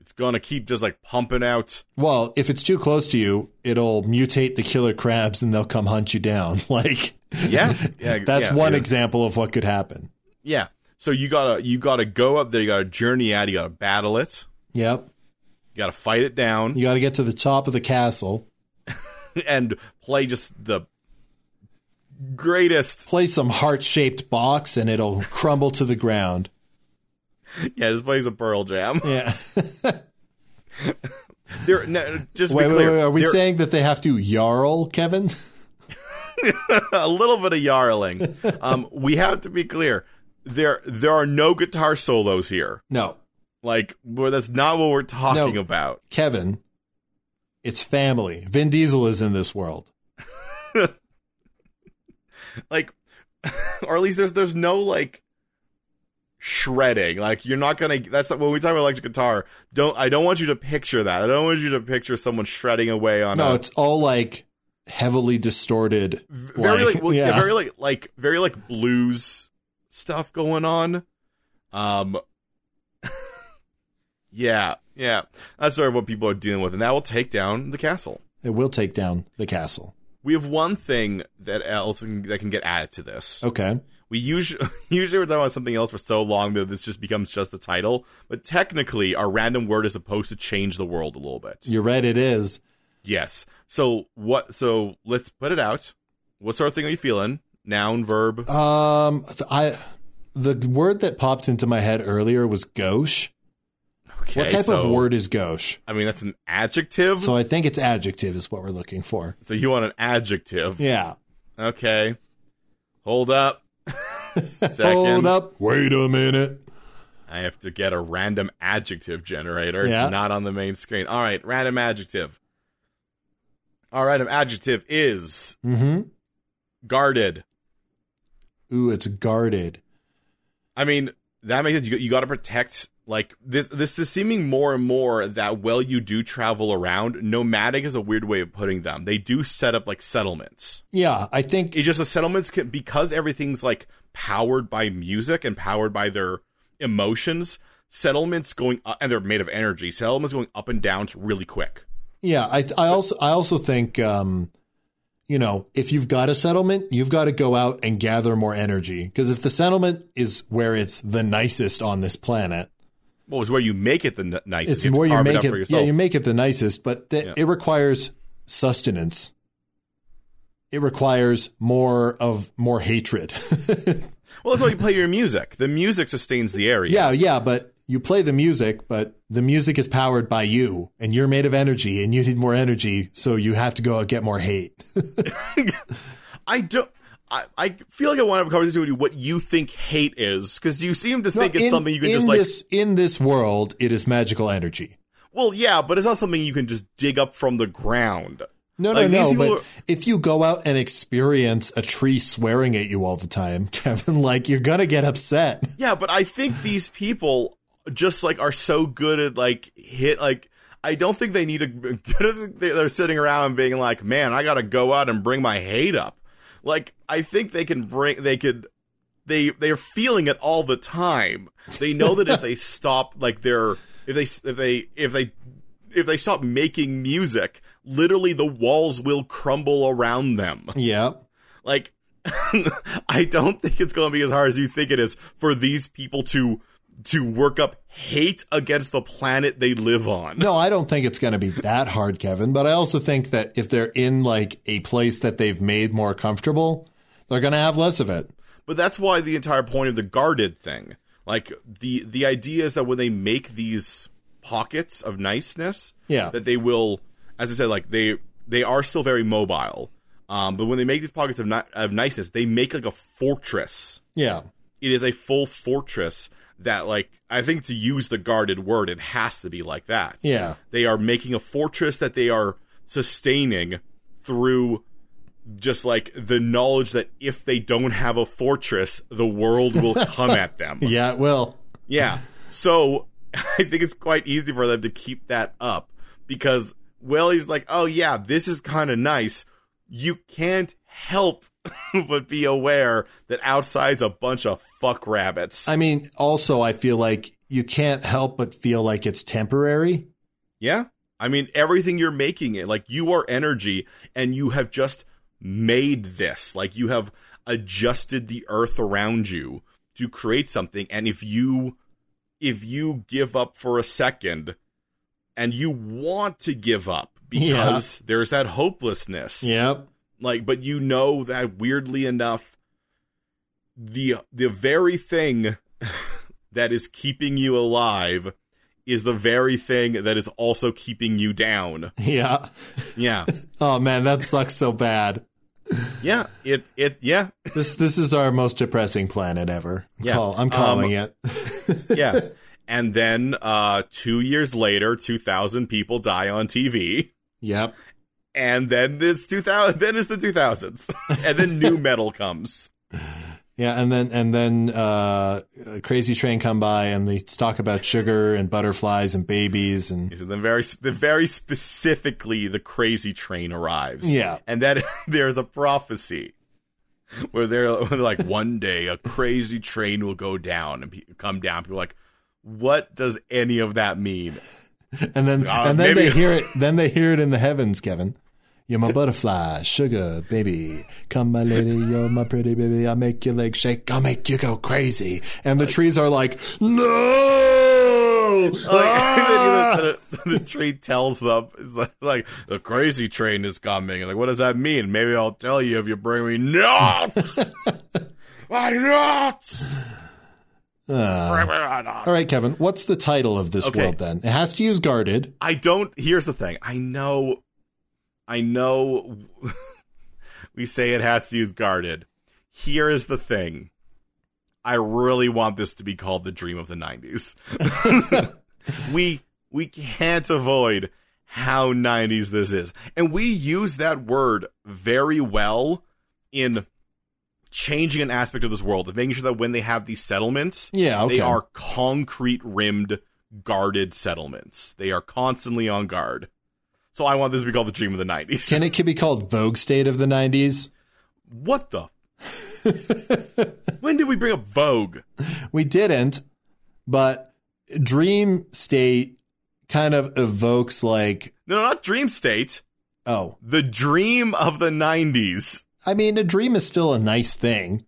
[SPEAKER 2] it's gonna keep just like pumping out.
[SPEAKER 1] Well, if it's too close to you, it'll mutate the killer crabs and they'll come hunt you down. Like
[SPEAKER 2] Yeah, yeah
[SPEAKER 1] that's
[SPEAKER 2] yeah,
[SPEAKER 1] one
[SPEAKER 2] yeah.
[SPEAKER 1] example of what could happen.
[SPEAKER 2] Yeah, so you gotta you gotta go up there. You gotta journey out. You gotta battle it.
[SPEAKER 1] Yep.
[SPEAKER 2] You gotta fight it down
[SPEAKER 1] You got to get to the top of the castle,
[SPEAKER 2] and play just the greatest.
[SPEAKER 1] play some heart-shaped box and it'll crumble to the ground.
[SPEAKER 2] Yeah, just play some Pearl Jam.
[SPEAKER 1] Yeah.
[SPEAKER 2] There, no, just to
[SPEAKER 1] wait,
[SPEAKER 2] be
[SPEAKER 1] wait,
[SPEAKER 2] clear,
[SPEAKER 1] wait, are we
[SPEAKER 2] there-
[SPEAKER 1] saying that they have to yarl, Kevin?
[SPEAKER 2] a little bit of yarling. Um, we have to be clear. There, there are no guitar solos here.
[SPEAKER 1] No.
[SPEAKER 2] Like, well, that's not what we're talking
[SPEAKER 1] No.
[SPEAKER 2] about.
[SPEAKER 1] Kevin, it's family. Vin Diesel is in this world.
[SPEAKER 2] Like, or at least there's there's no like shredding. Like, you're not gonna. That's when we talk about electric guitar. Don't I don't want you to picture that. I don't want you to picture someone shredding away on
[SPEAKER 1] No,
[SPEAKER 2] a
[SPEAKER 1] it's all like heavily distorted.
[SPEAKER 2] very like, well, yeah.
[SPEAKER 1] yeah.
[SPEAKER 2] very like like very like blues stuff going on. Um, yeah, yeah, that's sort of what people are dealing with, and that will take down the castle.
[SPEAKER 1] It will take down the castle.
[SPEAKER 2] We have one thing that else can- that can get added to this.
[SPEAKER 1] Okay.
[SPEAKER 2] We usually usually we're talking about something else for so long that this just becomes just the title. But technically, our random word is supposed to change the world a little bit.
[SPEAKER 1] You're right, it is.
[SPEAKER 2] Yes. So what? So let's put it out. What sort of thing are you feeling? Noun, verb.
[SPEAKER 1] Um th- I the word that popped into my head earlier was gauche.
[SPEAKER 2] Okay,
[SPEAKER 1] what type
[SPEAKER 2] so-
[SPEAKER 1] of word is gauche?
[SPEAKER 2] I mean, that's an adjective. So,
[SPEAKER 1] So I think it's adjective is what we're looking for.
[SPEAKER 2] you want an adjective.
[SPEAKER 1] Yeah.
[SPEAKER 2] Okay. Hold up. Second.
[SPEAKER 1] Hold up. Wait a minute.
[SPEAKER 2] I have to get a random adjective generator.
[SPEAKER 1] Yeah.
[SPEAKER 2] It's not on the main screen. All right. Random adjective. All right. An adjective is
[SPEAKER 1] Mhm.
[SPEAKER 2] guarded.
[SPEAKER 1] Ooh, it's guarded.
[SPEAKER 2] I mean, that makes it. You, you got to protect. Like this, this is seeming more and more that while you do travel around, nomadic is a weird way of putting them. They do set up like settlements.
[SPEAKER 1] Yeah, I think
[SPEAKER 2] it's just the settlements can because everything's like powered by music and powered by their emotions settlements going up, and they're made of energy settlements going up and downs really quick
[SPEAKER 1] Yeah, I I also I also think um, you know if you've got a settlement, you've got to go out and gather more energy because if the settlement is where it's the nicest on this planet,
[SPEAKER 2] well it's where you make it the n- nicest
[SPEAKER 1] it's
[SPEAKER 2] You have to
[SPEAKER 1] where you
[SPEAKER 2] carve
[SPEAKER 1] make
[SPEAKER 2] up
[SPEAKER 1] it.
[SPEAKER 2] for
[SPEAKER 1] yeah,
[SPEAKER 2] yourself.
[SPEAKER 1] you make it the nicest, but th-
[SPEAKER 2] Yeah.
[SPEAKER 1] it requires sustenance. It requires more of more hatred.
[SPEAKER 2] well that's why you play your music the music sustains the area
[SPEAKER 1] yeah, yeah, but you play the music, but the music is powered by you, and you're made of energy, and you need more energy, so you have to go out get more hate.
[SPEAKER 2] i don't I, I feel like I want to have a conversation with you what you think hate is because you seem to think it's
[SPEAKER 1] in-
[SPEAKER 2] something you can
[SPEAKER 1] in
[SPEAKER 2] just like
[SPEAKER 1] this, in this world, it is magical energy.
[SPEAKER 2] well yeah but it's not something you can just dig up from the ground
[SPEAKER 1] No,
[SPEAKER 2] Like, these
[SPEAKER 1] no, no.
[SPEAKER 2] people
[SPEAKER 1] But
[SPEAKER 2] are-
[SPEAKER 1] if you go out and experience a tree swearing at you all the time, Kevin, like you're gonna get upset.
[SPEAKER 2] Yeah, but I think these people just like are so good at like hit like I don't think they need to. I don't think they- They're sitting around and being like, "Man, I gotta go out and bring my hate up." Like I think they can bring. They could. They they're feeling it all the time. They know that if they stop, like they're if they if they if they if they stop making music, literally the walls will crumble around them.
[SPEAKER 1] Yeah,
[SPEAKER 2] Like, I don't think it's going to be as hard as you think it is for these people to to work up hate against the planet they live on.
[SPEAKER 1] No, I don't think it's going to be that hard, Kevin. But I also think that if they're in like a place that they've made more comfortable, they're going to have less of it.
[SPEAKER 2] But that's why the entire point of the guarded thing. Like the the idea is that when they make these pockets of niceness,
[SPEAKER 1] Yeah.
[SPEAKER 2] that they will, as I said, like they they are still very mobile. Um, but when they make these pockets of ni- of niceness, they make like a fortress.
[SPEAKER 1] Yeah.
[SPEAKER 2] It is a full fortress that, like, I think to use the guarded word, it has to be like that.
[SPEAKER 1] Yeah.
[SPEAKER 2] They are making a fortress that they are sustaining through just like the knowledge that if they don't have a fortress, the world will come at them.
[SPEAKER 1] Yeah, it will.
[SPEAKER 2] Yeah. So I think it's quite easy for them to keep that up because Willie's like, oh, yeah, this is kind of nice. You can't help but be aware that outside's a bunch of fuck rabbits.
[SPEAKER 1] I mean, also, I feel like you can't help but feel like it's temporary.
[SPEAKER 2] Yeah. I mean, everything you're making it like you are energy and you have just made this. Like you have adjusted the earth around you to create something and if you if you give up for a second and you want to give up because there's that hopelessness.
[SPEAKER 1] Yep.
[SPEAKER 2] Like but you know that weirdly enough the the very thing that is keeping you alive is the very thing that is also keeping you down.
[SPEAKER 1] Yeah.
[SPEAKER 2] Yeah.
[SPEAKER 1] Oh man, that sucks so bad.
[SPEAKER 2] Yeah. It it yeah.
[SPEAKER 1] This this is our most depressing planet ever. I'm
[SPEAKER 2] Yeah.
[SPEAKER 1] call- I'm calling it.
[SPEAKER 2] Yeah. And then uh 2 years later 2000 people die on TV.
[SPEAKER 1] yep.
[SPEAKER 2] And then it's 2000 then it's the 2000s. And then new metal comes.
[SPEAKER 1] Yeah, and then and then uh, a crazy train come by and they talk about sugar and butterflies and babies and
[SPEAKER 2] Is it the very the very specifically the crazy train arrives.
[SPEAKER 1] yeah,
[SPEAKER 2] and that there's a prophecy where they're, where they're like one day a crazy train will go down and pe- come down people are like what does any of that mean
[SPEAKER 1] and then
[SPEAKER 2] Ah,
[SPEAKER 1] and then
[SPEAKER 2] maybe-
[SPEAKER 1] they hear it. Then they hear it in the heavens, Kevin. You're my butterfly, sugar, baby. Come, my lady, you're my pretty baby. I'll make your legs shake. I'll make you go crazy. And the trees are like, no!
[SPEAKER 2] like,
[SPEAKER 1] Ah!"
[SPEAKER 2] the, the, the tree tells them it's like, like, the crazy train is coming like what does that mean maybe i'll tell you if you bring me nuts my nuts
[SPEAKER 1] Ah.
[SPEAKER 2] Bring me my nuts.
[SPEAKER 1] All right, Kevin, what's the title of this
[SPEAKER 2] Okay.
[SPEAKER 1] world then? It has to use guarded.
[SPEAKER 2] I don't. Here's the thing. I know. I know. we say it has to use guarded. Here is the thing. I really want this to be called the dream of the '90s. we we can't avoid how '90s this is, and we use that word very well in changing an aspect of this world, of making sure that when they have these settlements,
[SPEAKER 1] Yeah, okay.
[SPEAKER 2] they are concrete rimmed guarded settlements. They are constantly on guard. So I want this to be called the dream of the 90s.
[SPEAKER 1] Can it could be called Vogue State of the 90s?
[SPEAKER 2] what the? when did we bring up Vogue?
[SPEAKER 1] We didn't, but Dream State kind of evokes like,
[SPEAKER 2] No, not dream state.
[SPEAKER 1] oh,
[SPEAKER 2] The dream of the 90s.
[SPEAKER 1] I mean, a dream is still a nice thing.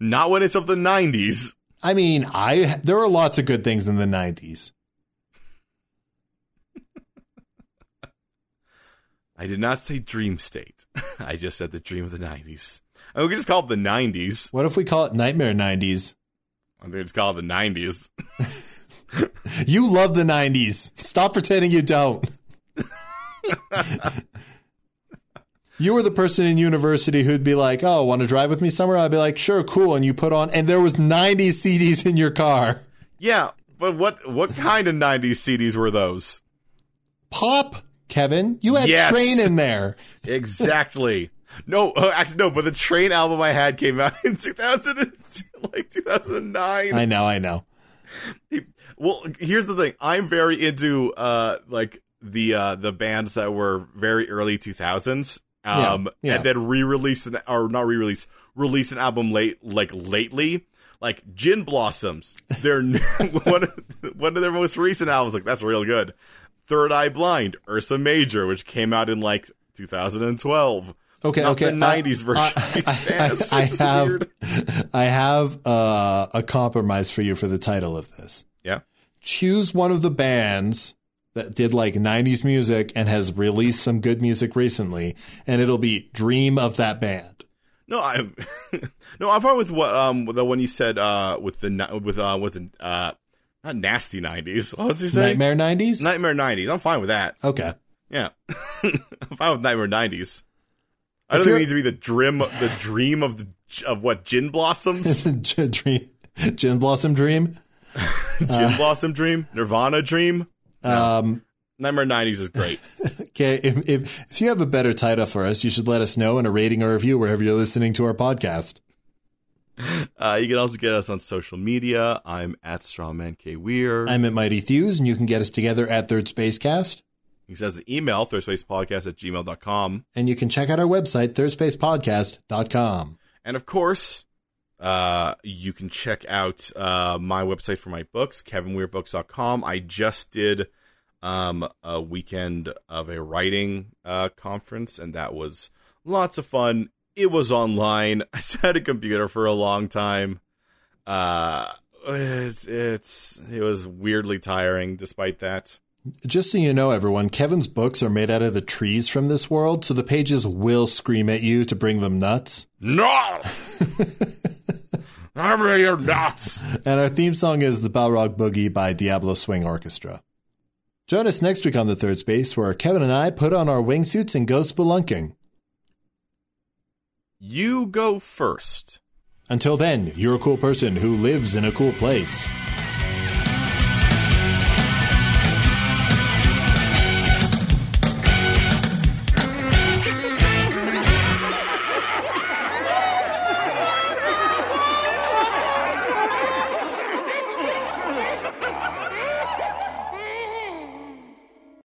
[SPEAKER 2] Not when it's of the 90s.
[SPEAKER 1] I mean, I there were lots of good things in the 90s.
[SPEAKER 2] I did not say dream state. I just said the dream of the 90s. And we could just call it the 90s.
[SPEAKER 1] What if we call it Nightmare 90s?
[SPEAKER 2] I think it's called the 90s.
[SPEAKER 1] You love the 90s. Stop pretending you don't. you were the person in university who'd be like, "Oh, want to drive with me somewhere?" I'd be like, "Sure, cool." And you put on and there was 90s CDs in your car.
[SPEAKER 2] Yeah, but what what kind of 90s CDs were those?
[SPEAKER 1] Pop, Kevin. You had
[SPEAKER 2] Yes.
[SPEAKER 1] Train in there.
[SPEAKER 2] Exactly. No, uh, actually, no. But the Train album I had came out in 2000, and- like 2009.
[SPEAKER 1] I know, I know.
[SPEAKER 2] well, here's the thing. I'm very into uh like the uh the bands that were very early 2000s. Um,
[SPEAKER 1] Yeah, yeah.
[SPEAKER 2] and then re-release an, or not re-release, release an album late like lately. Like Gin Blossoms, their new- one of, one of their most recent albums. Like that's real good. Third Eye Blind, Ursa Major, which came out in like 2012.
[SPEAKER 1] Okay,
[SPEAKER 2] Not
[SPEAKER 1] okay.
[SPEAKER 2] the 90s version.
[SPEAKER 1] I, I,
[SPEAKER 2] That's
[SPEAKER 1] I
[SPEAKER 2] just weird.
[SPEAKER 1] have, I have uh, a compromise for you for the title of this.
[SPEAKER 2] Yeah.
[SPEAKER 1] Choose one of the bands that did like 90s music and has released some good music recently, and it'll be Dream of that band.
[SPEAKER 2] No, I no, I'm fine with what um the one you said uh with the ni- with uh was it uh not nasty nineties. What was he saying?
[SPEAKER 1] Nightmare 90s?
[SPEAKER 2] Nightmare nineties. I'm fine with that.
[SPEAKER 1] okay.
[SPEAKER 2] Yeah, I'm fine with Nightmare nineties. I
[SPEAKER 1] If
[SPEAKER 2] don't think
[SPEAKER 1] you're-
[SPEAKER 2] it needs to be the dream the dream of the of what gin blossoms,
[SPEAKER 1] Dream, Gin Blossom Dream. Uh.
[SPEAKER 2] gin blossom dream, Nirvana dream.
[SPEAKER 1] Um,
[SPEAKER 2] Nightmare nineties is great.
[SPEAKER 1] okay, if, if, if you have a better title for us, you should let us know in a rating or review wherever you're listening to our podcast.
[SPEAKER 2] Uh, you can also get us on social media. I'm at Strawman K Weir.
[SPEAKER 1] I'm at Mighty Thews, and you can get us together at Third Spacecast.
[SPEAKER 2] He sends an email, thirdspacepodcast at gmail.com.
[SPEAKER 1] And you can check out our website, thirdspacepodcast.com.
[SPEAKER 2] And of course, uh, you can check out uh, my website for my books, kevinweirbooks.com. I just did um, a weekend of a writing uh, conference, and that was lots of fun. It was online. I had a computer for a long time. Uh, it's, it's it was weirdly tiring, despite that.
[SPEAKER 1] Just so you know, everyone, Kevin's books are made out of the trees from this world, so the pages will scream at you to bring them nuts.
[SPEAKER 2] No, I'm your nuts.
[SPEAKER 1] And our theme song is The Balrog Boogie by Diablo Swing Orchestra. Join us next week on The Third Space, where Kevin and I put on our wingsuits and go spelunking.
[SPEAKER 2] You go first.
[SPEAKER 1] Until then, you're a cool person who lives in a cool place.